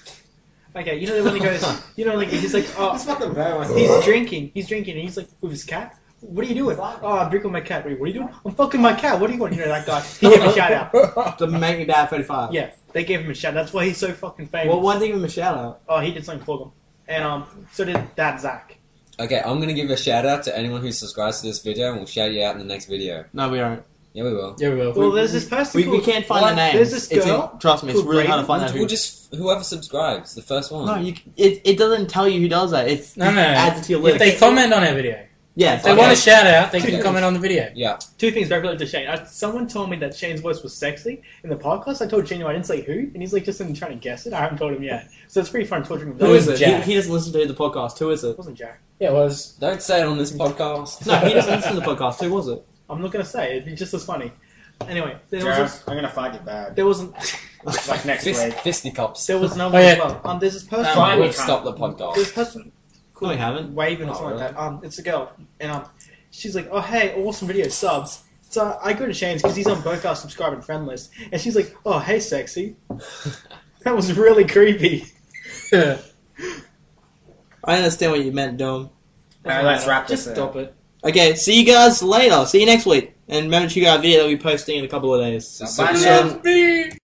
Speaker 3: Okay, you know when he goes,
Speaker 5: *laughs*
Speaker 3: you know, like, he's like, oh,
Speaker 4: That's fucking bad.
Speaker 3: He's drinking. He's drinking, and he's like with his cat. What are you doing? Oh, I'm drinking my cat. Wait, what are you doing? I'm fucking my cat. What are you going? You know that guy. He gave him a shout out.
Speaker 1: *laughs* The Make Me Bad 35.
Speaker 3: Yeah, they gave him a shout. That's why he's so fucking famous.
Speaker 1: Well, why didn't they give him a shout out?
Speaker 3: Oh, he did something for them, and um, so did that Zach.
Speaker 5: Okay, I'm gonna give a shout out to anyone who subscribes to this video, and we'll shout you out in the next video.
Speaker 1: No, we don't.
Speaker 5: Yeah, we will.
Speaker 2: Yeah, we will.
Speaker 3: Well, there's this person.
Speaker 1: We, we
Speaker 3: called-
Speaker 1: can't find
Speaker 3: like,
Speaker 1: the name.
Speaker 3: There's this girl.
Speaker 1: trust me, it's
Speaker 3: called
Speaker 1: really hard
Speaker 3: Raven.
Speaker 1: to find out
Speaker 5: We'll
Speaker 1: who.
Speaker 5: just whoever subscribes, the first one.
Speaker 1: No, you, it, it doesn't tell you who does that. It's
Speaker 2: No, no,
Speaker 1: adds it to your list.
Speaker 2: If they comment on our video,
Speaker 1: yeah,
Speaker 2: if they
Speaker 5: Okay.
Speaker 2: want a shout out, they *laughs* can
Speaker 5: Okay.
Speaker 2: comment on the video.
Speaker 5: yeah,
Speaker 3: Two things very related to Shane. I, someone told me that Shane's voice was sexy in the podcast. I told Shane I didn't say who, and he's like just in trying to guess it. I haven't told him yet, so it's pretty fun torturing him.
Speaker 1: Who is it?
Speaker 2: Jack.
Speaker 1: He, he doesn't listen to the podcast. Who is
Speaker 3: It
Speaker 1: it?
Speaker 3: wasn't Jack.
Speaker 2: Yeah, it was. *laughs*
Speaker 5: don't say it on this
Speaker 1: *laughs*
Speaker 5: podcast.
Speaker 1: No, he doesn't listen to the podcast. Who was it?
Speaker 3: I'm not gonna say. It'd be just as funny. Anyway, there was
Speaker 4: Jared,
Speaker 3: this,
Speaker 4: I'm gonna fight you bad.
Speaker 3: there wasn't
Speaker 4: Like next
Speaker 5: Fist,
Speaker 4: week.
Speaker 5: fisticuffs.
Speaker 3: There was another
Speaker 2: Oh,
Speaker 3: one as
Speaker 2: yeah.
Speaker 3: well. Um, there's this person.
Speaker 2: Um,
Speaker 5: Fine,
Speaker 4: Fine,
Speaker 5: we'll
Speaker 4: we can't.
Speaker 5: stop the
Speaker 3: there's
Speaker 5: podcast.
Speaker 3: this person
Speaker 1: No, we haven't.
Speaker 3: waving or
Speaker 5: Oh,
Speaker 3: something like
Speaker 5: really?
Speaker 3: that. Um, it's a girl, and um, she's like, "Oh hey, awesome video subs." So I go to Shane's because he's on both our subscribe and friend list, and she's like, "Oh hey, sexy." *laughs* That was really creepy.
Speaker 1: I understand what you meant, Dome.
Speaker 4: Alright, let's wrap
Speaker 3: Just
Speaker 4: this
Speaker 3: stop it.
Speaker 1: Okay, see you guys later. See you next week. And remember to check out our video that we'll be posting in a couple of days.
Speaker 5: So-
Speaker 2: um,
Speaker 4: Bye
Speaker 5: so-
Speaker 4: now.
Speaker 2: me.